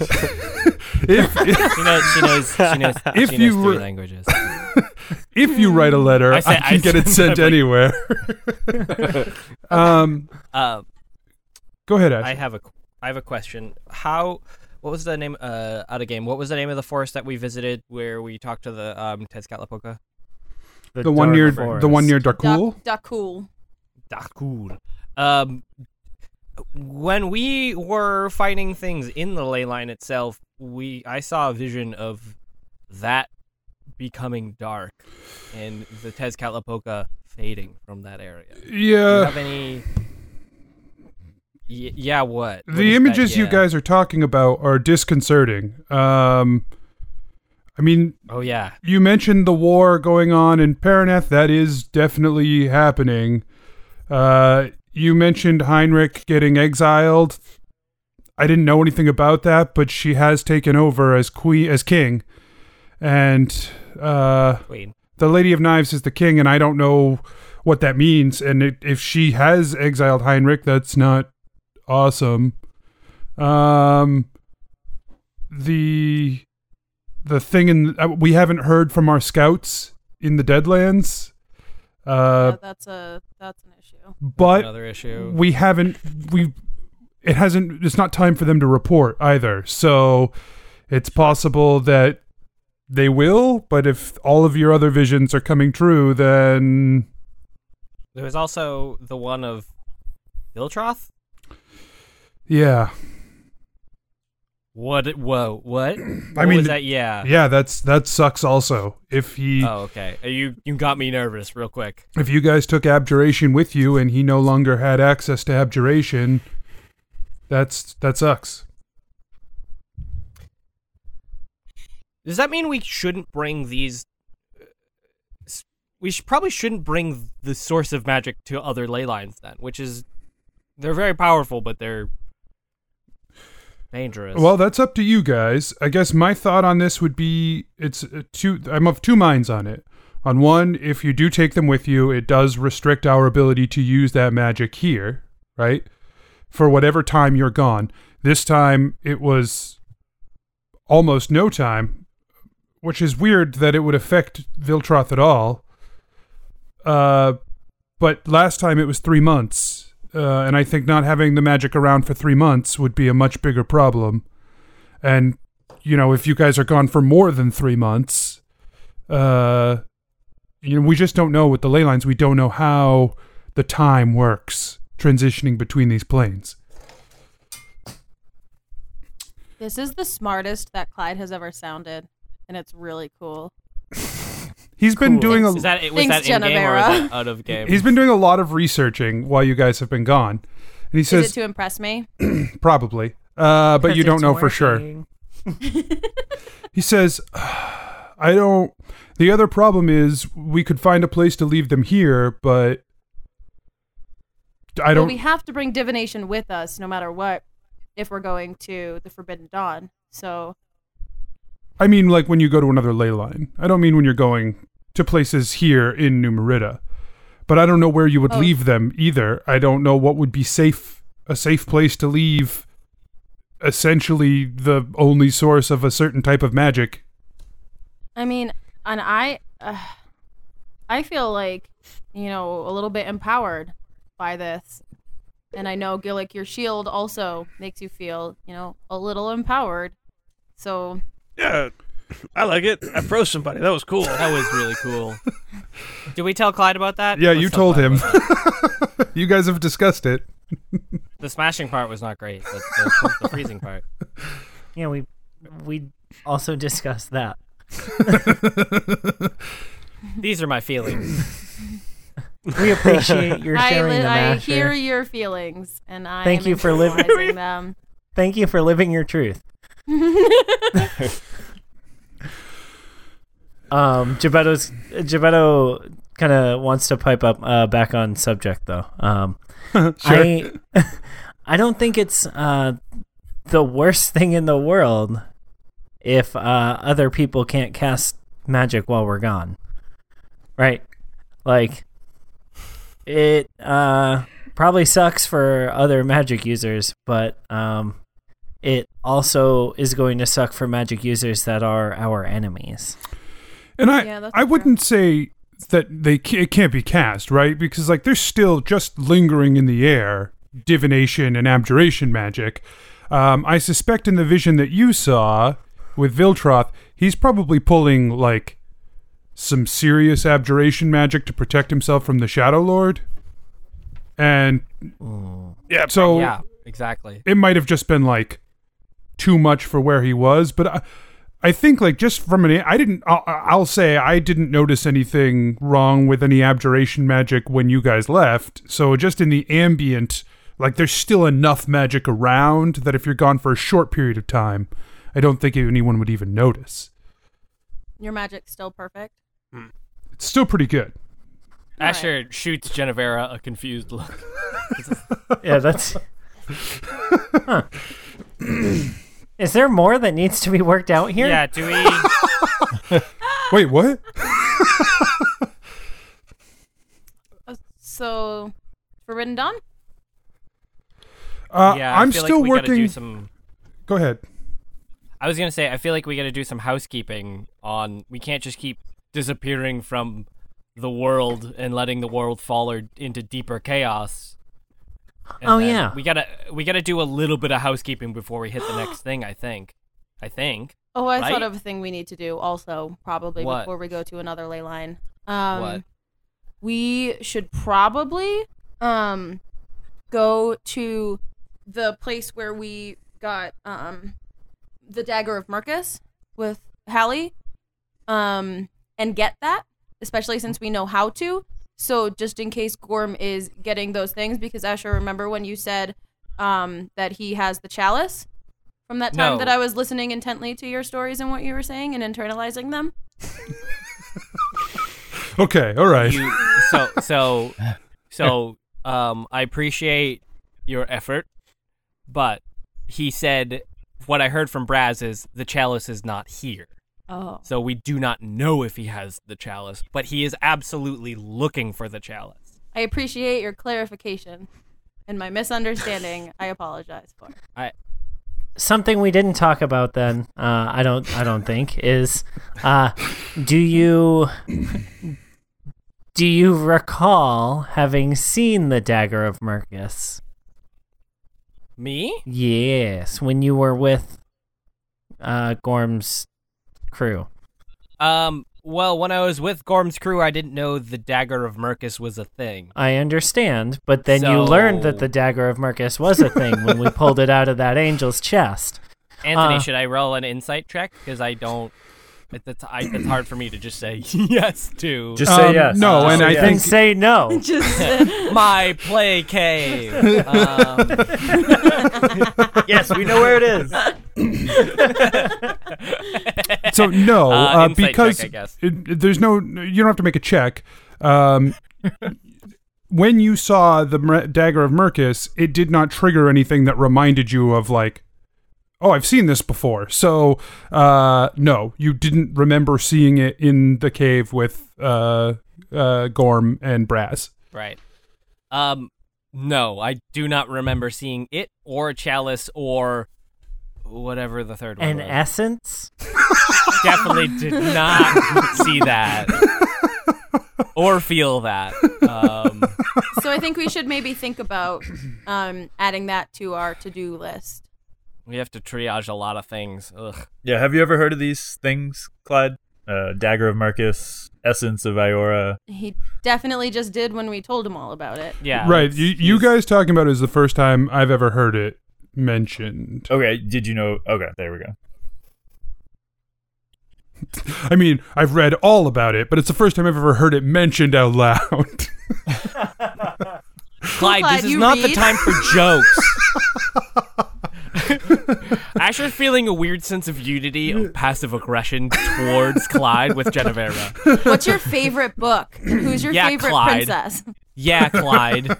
If, if- She knows. She knows. She knows. If she you knows three were- languages. if you write a letter, I, I said- can I get it said- sent anywhere. um, Um, go ahead, Ash. I have a. I have a question. How? What was the name? Uh, out of game. What was the name of the forest that we visited where we talked to the um Tezcatlipoca? The, one dark near forest. the one near Darkul. Dakul. Dakul. Um, when we were fighting things in the ley line itself, we I saw a vision of that becoming dark and the Tezcatlipoca fading from that area. Do Yeah. you have any? Y- yeah, what? What is the that? images you Yeah. guys are talking about are disconcerting. Um, I mean, Oh yeah. you mentioned the war going on in Paraneth. That is definitely happening. Uh, you mentioned Heinrich getting exiled. I didn't know anything about that, but she has taken over as queen, as king, and uh, queen. The Lady of Knives is the king, and I don't know what that means. And it, if she has exiled Heinrich, that's not awesome. Um, the the thing in uh, we haven't heard from our scouts in the Deadlands. Uh, Yeah, Oh, that's a that's an issue. but another issue. we haven't we it hasn't it's not time for them to report either so it's possible that they will but if all of your other visions are coming true then There was also the one of Viltroth. yeah What? Whoa! What? i What mean was that? Yeah. yeah that's that sucks also if he Oh, okay. Uh, You you got me nervous real quick. if you guys took abjuration with you and he no longer had access to abjuration that's that sucks Does that mean we shouldn't bring these? uh, s- We sh probably shouldn't bring the source of magic to other ley lines then, which is they're very powerful, but they're dangerous. Well, that's up to you guys. I guess my thought on this would be it's uh, two. I'm of two minds on it. On one, if you do take them with you, it does restrict our ability to use that magic here, right? For whatever time you're gone. This time it was almost no time, which is weird that it would affect Viltroth at all. Uh, but last time it was three months, uh, and I think not having the magic around for three months would be a much bigger problem. And you know, if you guys are gone for more than three months, uh, you know, we just don't know with the ley lines. We don't know how the time works transitioning between these planes. This is the smartest that Clyde has ever sounded, and it's really cool. He's been Cool. doing a. Is that- was Thanks, that in game or was Genevera. that out of game? He's been doing a lot of researching while you guys have been gone, and he says is it to impress me? Probably. Uh, but Because you don't it's know for sure. he says, "Ah, I don't. The other problem is we could find a place to leave them here, but I Well, don't. we have to bring divination with us, no matter what, if we're going to the Forbidden Dawn. So I mean, like when you go to another ley line. I don't mean when you're going to places here in New Merida. But I don't know where you would Oh. leave them either. I don't know what would be safe, a safe place to leave essentially the only source of a certain type of magic. I mean, and I, uh, I feel like, you know, a little bit empowered by this, and I know Gillick, your shield also makes you feel, you know, a little empowered. So Yeah, I like it. I froze somebody. That was cool. That was really cool. Did we tell Clyde about that? Yeah, Let's you tell told Clyde him. about that. you guys have discussed it. The smashing part was not great. but the, the freezing part. Yeah, we we also discussed that. These are my feelings. We appreciate your I, sharing li- them. I Asher. hear your feelings, and I Thank am you for living- internalizing them. Thank you for living your truth. um, Gebetto's Gebetto kind of wants to pipe up uh, back on subject though. Um, I I don't think it's uh, the worst thing in the world if uh, other people can't cast magic while we're gone, right? Like it uh, probably sucks for other magic users, but um, it also is going to suck for magic users that are our enemies. And I, I wouldn't say that they ca- it can't be cast, right? Because like they're still just lingering in the air, divination and abjuration magic. Um, I suspect in the vision that you saw with Viltroth, he's probably pulling like some serious abjuration magic to protect himself from the Shadow Lord. And yeah, so yeah, exactly. it might have just been like too much for where he was, but I, I think like just from an I didn't I'll, I'll say I didn't notice anything wrong with any abjuration magic when you guys left. So just in the ambient, like there's still enough magic around that if you're gone for a short period of time, I don't think anyone would even notice. Your magic's still perfect. It's still pretty good. Asher shoots Genevera a confused look. Yeah, that's. Huh. Is there more that needs to be worked out here? Yeah, do we- Wait, what? Uh, So, Forbidden Dawn? Uh, Yeah, I I'm feel like still we gotta do working. some- Go ahead. I was gonna say, I feel like we gotta do some housekeeping on. We can't just keep disappearing from the world and letting the world fall or into deeper chaos. And Oh, then yeah. we gotta we gotta do a little bit of housekeeping before we hit the next thing. I think, I think. Oh, I right? thought of a thing we need to do also, probably What? before we go to another ley line. Um, What? We should probably um, go to the place where we got um, the dagger of Mercus with Hallie um, and get that, especially since we know how to. So just in case Gorm is getting those things, because Asher, remember when you said um, that he has the chalice from that time No. that I was listening intently to your stories and what you were saying and internalizing them? Okay, all right. You, so so so um I appreciate your effort, but he said what I heard from Braz is the chalice is not here. Oh. So we do not know if he has the chalice, but he is absolutely looking for the chalice. I appreciate your clarification and my misunderstanding. I apologize for. I Something we didn't talk about then, uh, I don't, I don't think, is, uh, do you, do you recall having seen the dagger of Mercus? Me? Yes, when you were with, uh, Gorm's crew. Um well, when I was with Gorm's crew, I didn't know the dagger of Mercus was a thing. I understand, but then you learned that the dagger of Mercus was a thing when we pulled it out of that angel's chest. Anthony, Uh, should I roll an insight check? Because I don't. It, it's, I, it's hard for me to just say yes to. Just say Um, yes. no, Just and say I yes. think- say no. Just my play cave. Um, yes, we know where it is. so no, Uh, uh, insight check, because I guess. it- there's no, you don't have to make a check. Um, when you saw the Mer- dagger of Mercus, it did not trigger anything that reminded you of like, oh, I've seen this before. So uh, no, you didn't remember seeing it in the cave with uh, uh, Gorm and Brass. right. Um. No, I do not remember seeing it or a chalice or whatever the third one. An was. essence? Definitely did not see that or feel that. Um, So I think we should maybe think about um, adding that to our to-do list. we have to triage a lot of things. Ugh. Yeah, have you ever heard of these things, Clyde? Uh, Dagger of Marcus, Essence of Iora. He definitely just did when we told him all about it. right. You, you guys talking about it is the first time I've ever heard it mentioned. Okay, did you know? Okay, there we go. I mean, I've read all about it, but it's the first time I've ever heard it mentioned out loud. Clyde, Clyde, this is you not the read? time for jokes. Asher's feeling a weird sense of unity of passive aggression towards Clyde with Genevera. What's your favorite book? Who's your Yeah, favorite Clyde. princess? Yeah, Clyde.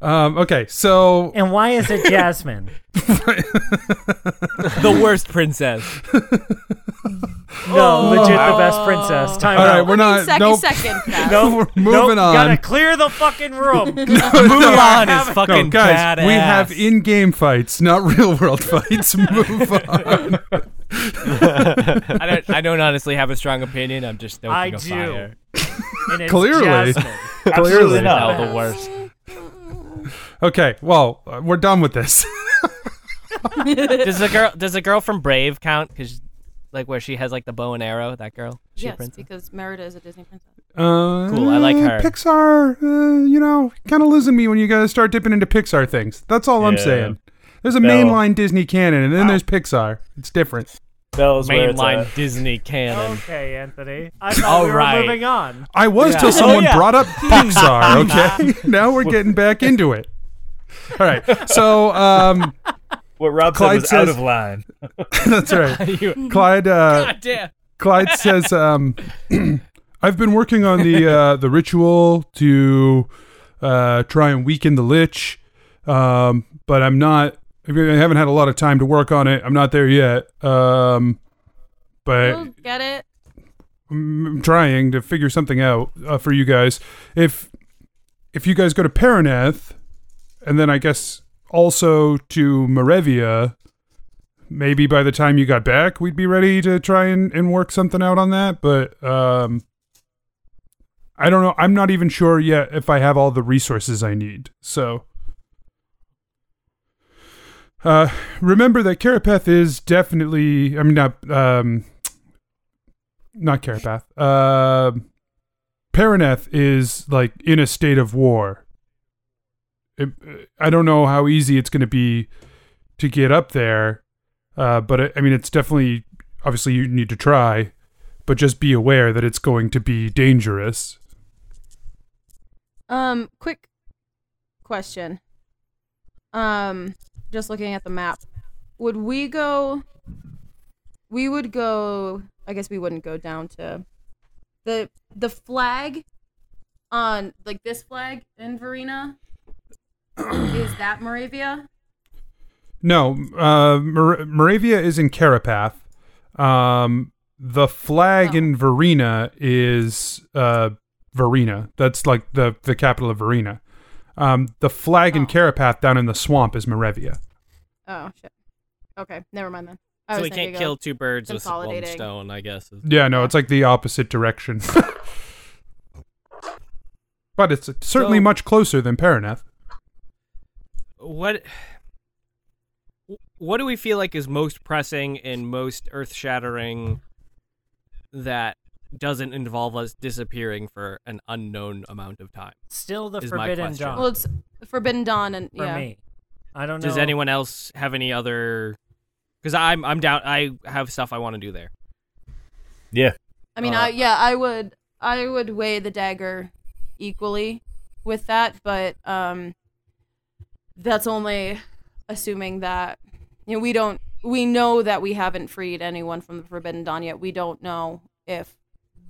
um, okay, so and why is it Jasmine? the worst princess. No, legit the best Oh. princess. Time All out. right, we're not. nope. No, we're moving on. Gotta clear the fucking room. Mulan Have it. no, guys, We have in-game fights, not real-world fights. Move on. I don't. I don't honestly have a strong opinion. I'm just stoking I a do. fire. And it's Clearly. Jasmine. Clearly. not. No, the worst. Okay, well, uh, we're done with this. does the girl? Does the girl from Brave count? Because Like where she has like the bow and arrow, that girl. Is she a yes, princess? because Merida is a Disney princess. Uh, Cool, I like uh, her. Pixar, uh, you know, kind of losing me when you guys start dipping into Pixar things. That's all I'm Yeah. saying. There's a Belle. mainline Disney canon, and then there's Pixar. It's different. Bell's where it's Uh, Mainline at. Disney canon. Oh, Okay, Anthony. I Oh, thought we were Alright. moving on. I was Yeah. till someone Oh, yeah. brought up Pixar. Okay, now we're getting back into it. All right, so um, What Rob said Clyde was out says- of line. That's right. Clyde. Uh, God damn. Clyde says, um, "I've been working on the uh, the ritual to uh, try and weaken the lich, um, but I'm not. I haven't had a lot of time to work on it. I'm not there yet. Um, but You'll get it. I'm trying to figure something out uh, for you guys. If if you guys go to Paraneth, and then I guess also to Merevia, maybe by the time you got back, we'd be ready to try and, and work something out on that. But um, I don't know. I'm not even sure yet if I have all the resources I need. So. Uh, remember that Carapath is definitely, I mean, not, um, not Carapath. Um Paraneth is like in a state of war. It, uh, I don't know how easy it's going to be to get up there, uh, but it, I mean, it's definitely obviously you need to try, but just be aware that it's going to be dangerous. Um, quick question. Um, just looking at the map, would we go? We would go. I guess we wouldn't go down to the the flag on like this flag in Verena. is that Moravia? No, uh, Mor- Moravia is in Carapath. Um, the flag in Verena is uh, Verena. That's like the, the capital of Verena. Um, the flag in Carapath down in the swamp is Morevia. Oh shit. Okay, never mind then. I So was we can't thinking of kill two birds with one consolidating. stone, I guess. is- Yeah, no, it's like the opposite direction. but it's certainly So- much closer than Paraneth. what what do we feel like is most pressing and most earth shattering that doesn't involve us disappearing for an unknown amount of time? Still the is my Forbidden question. Dawn Well, it's Forbidden Dawn, and for yeah. me. I don't know. Does anyone else have any other? Because I'm I'm down. I have stuff I want to do there. Yeah. I mean, Uh, I yeah, I would I would weigh the dagger equally with that, but um that's only assuming that you know we don't we know that we haven't freed anyone from the Forbidden Dawn yet. We don't know if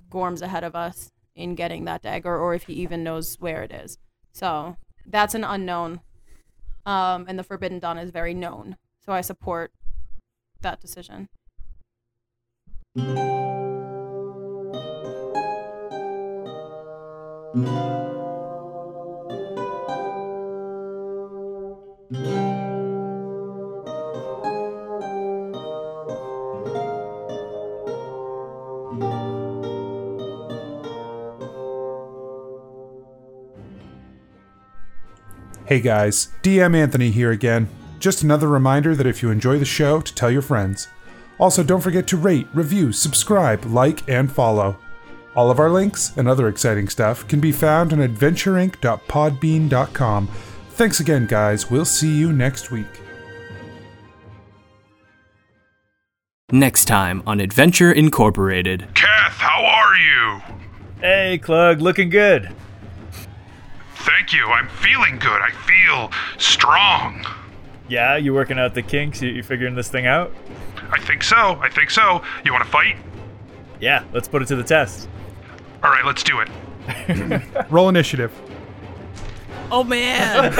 Gorm's ahead of us in getting that dagger or if he even knows where it is. So, that's an unknown. Um and the Forbidden Dawn is very known. So I support that decision. Hey guys, DM Anthony here again. Just another reminder that if you enjoy the show, to tell your friends. Also, don't forget to rate, review, subscribe, like, and follow. All of our links and other exciting stuff can be found on adventureinc.podbean.com. Thanks again, guys. We'll see you next week. Next time on Adventure Incorporated. Kath, how are you? Hey, Clug, looking good. Thank you. I'm feeling good. I feel strong. Yeah, you working out the kinks? You, you figuring this thing out? I think so. I think so. You want to fight? Yeah, let's put it to the test. All right, let's do it. Roll initiative. Oh man!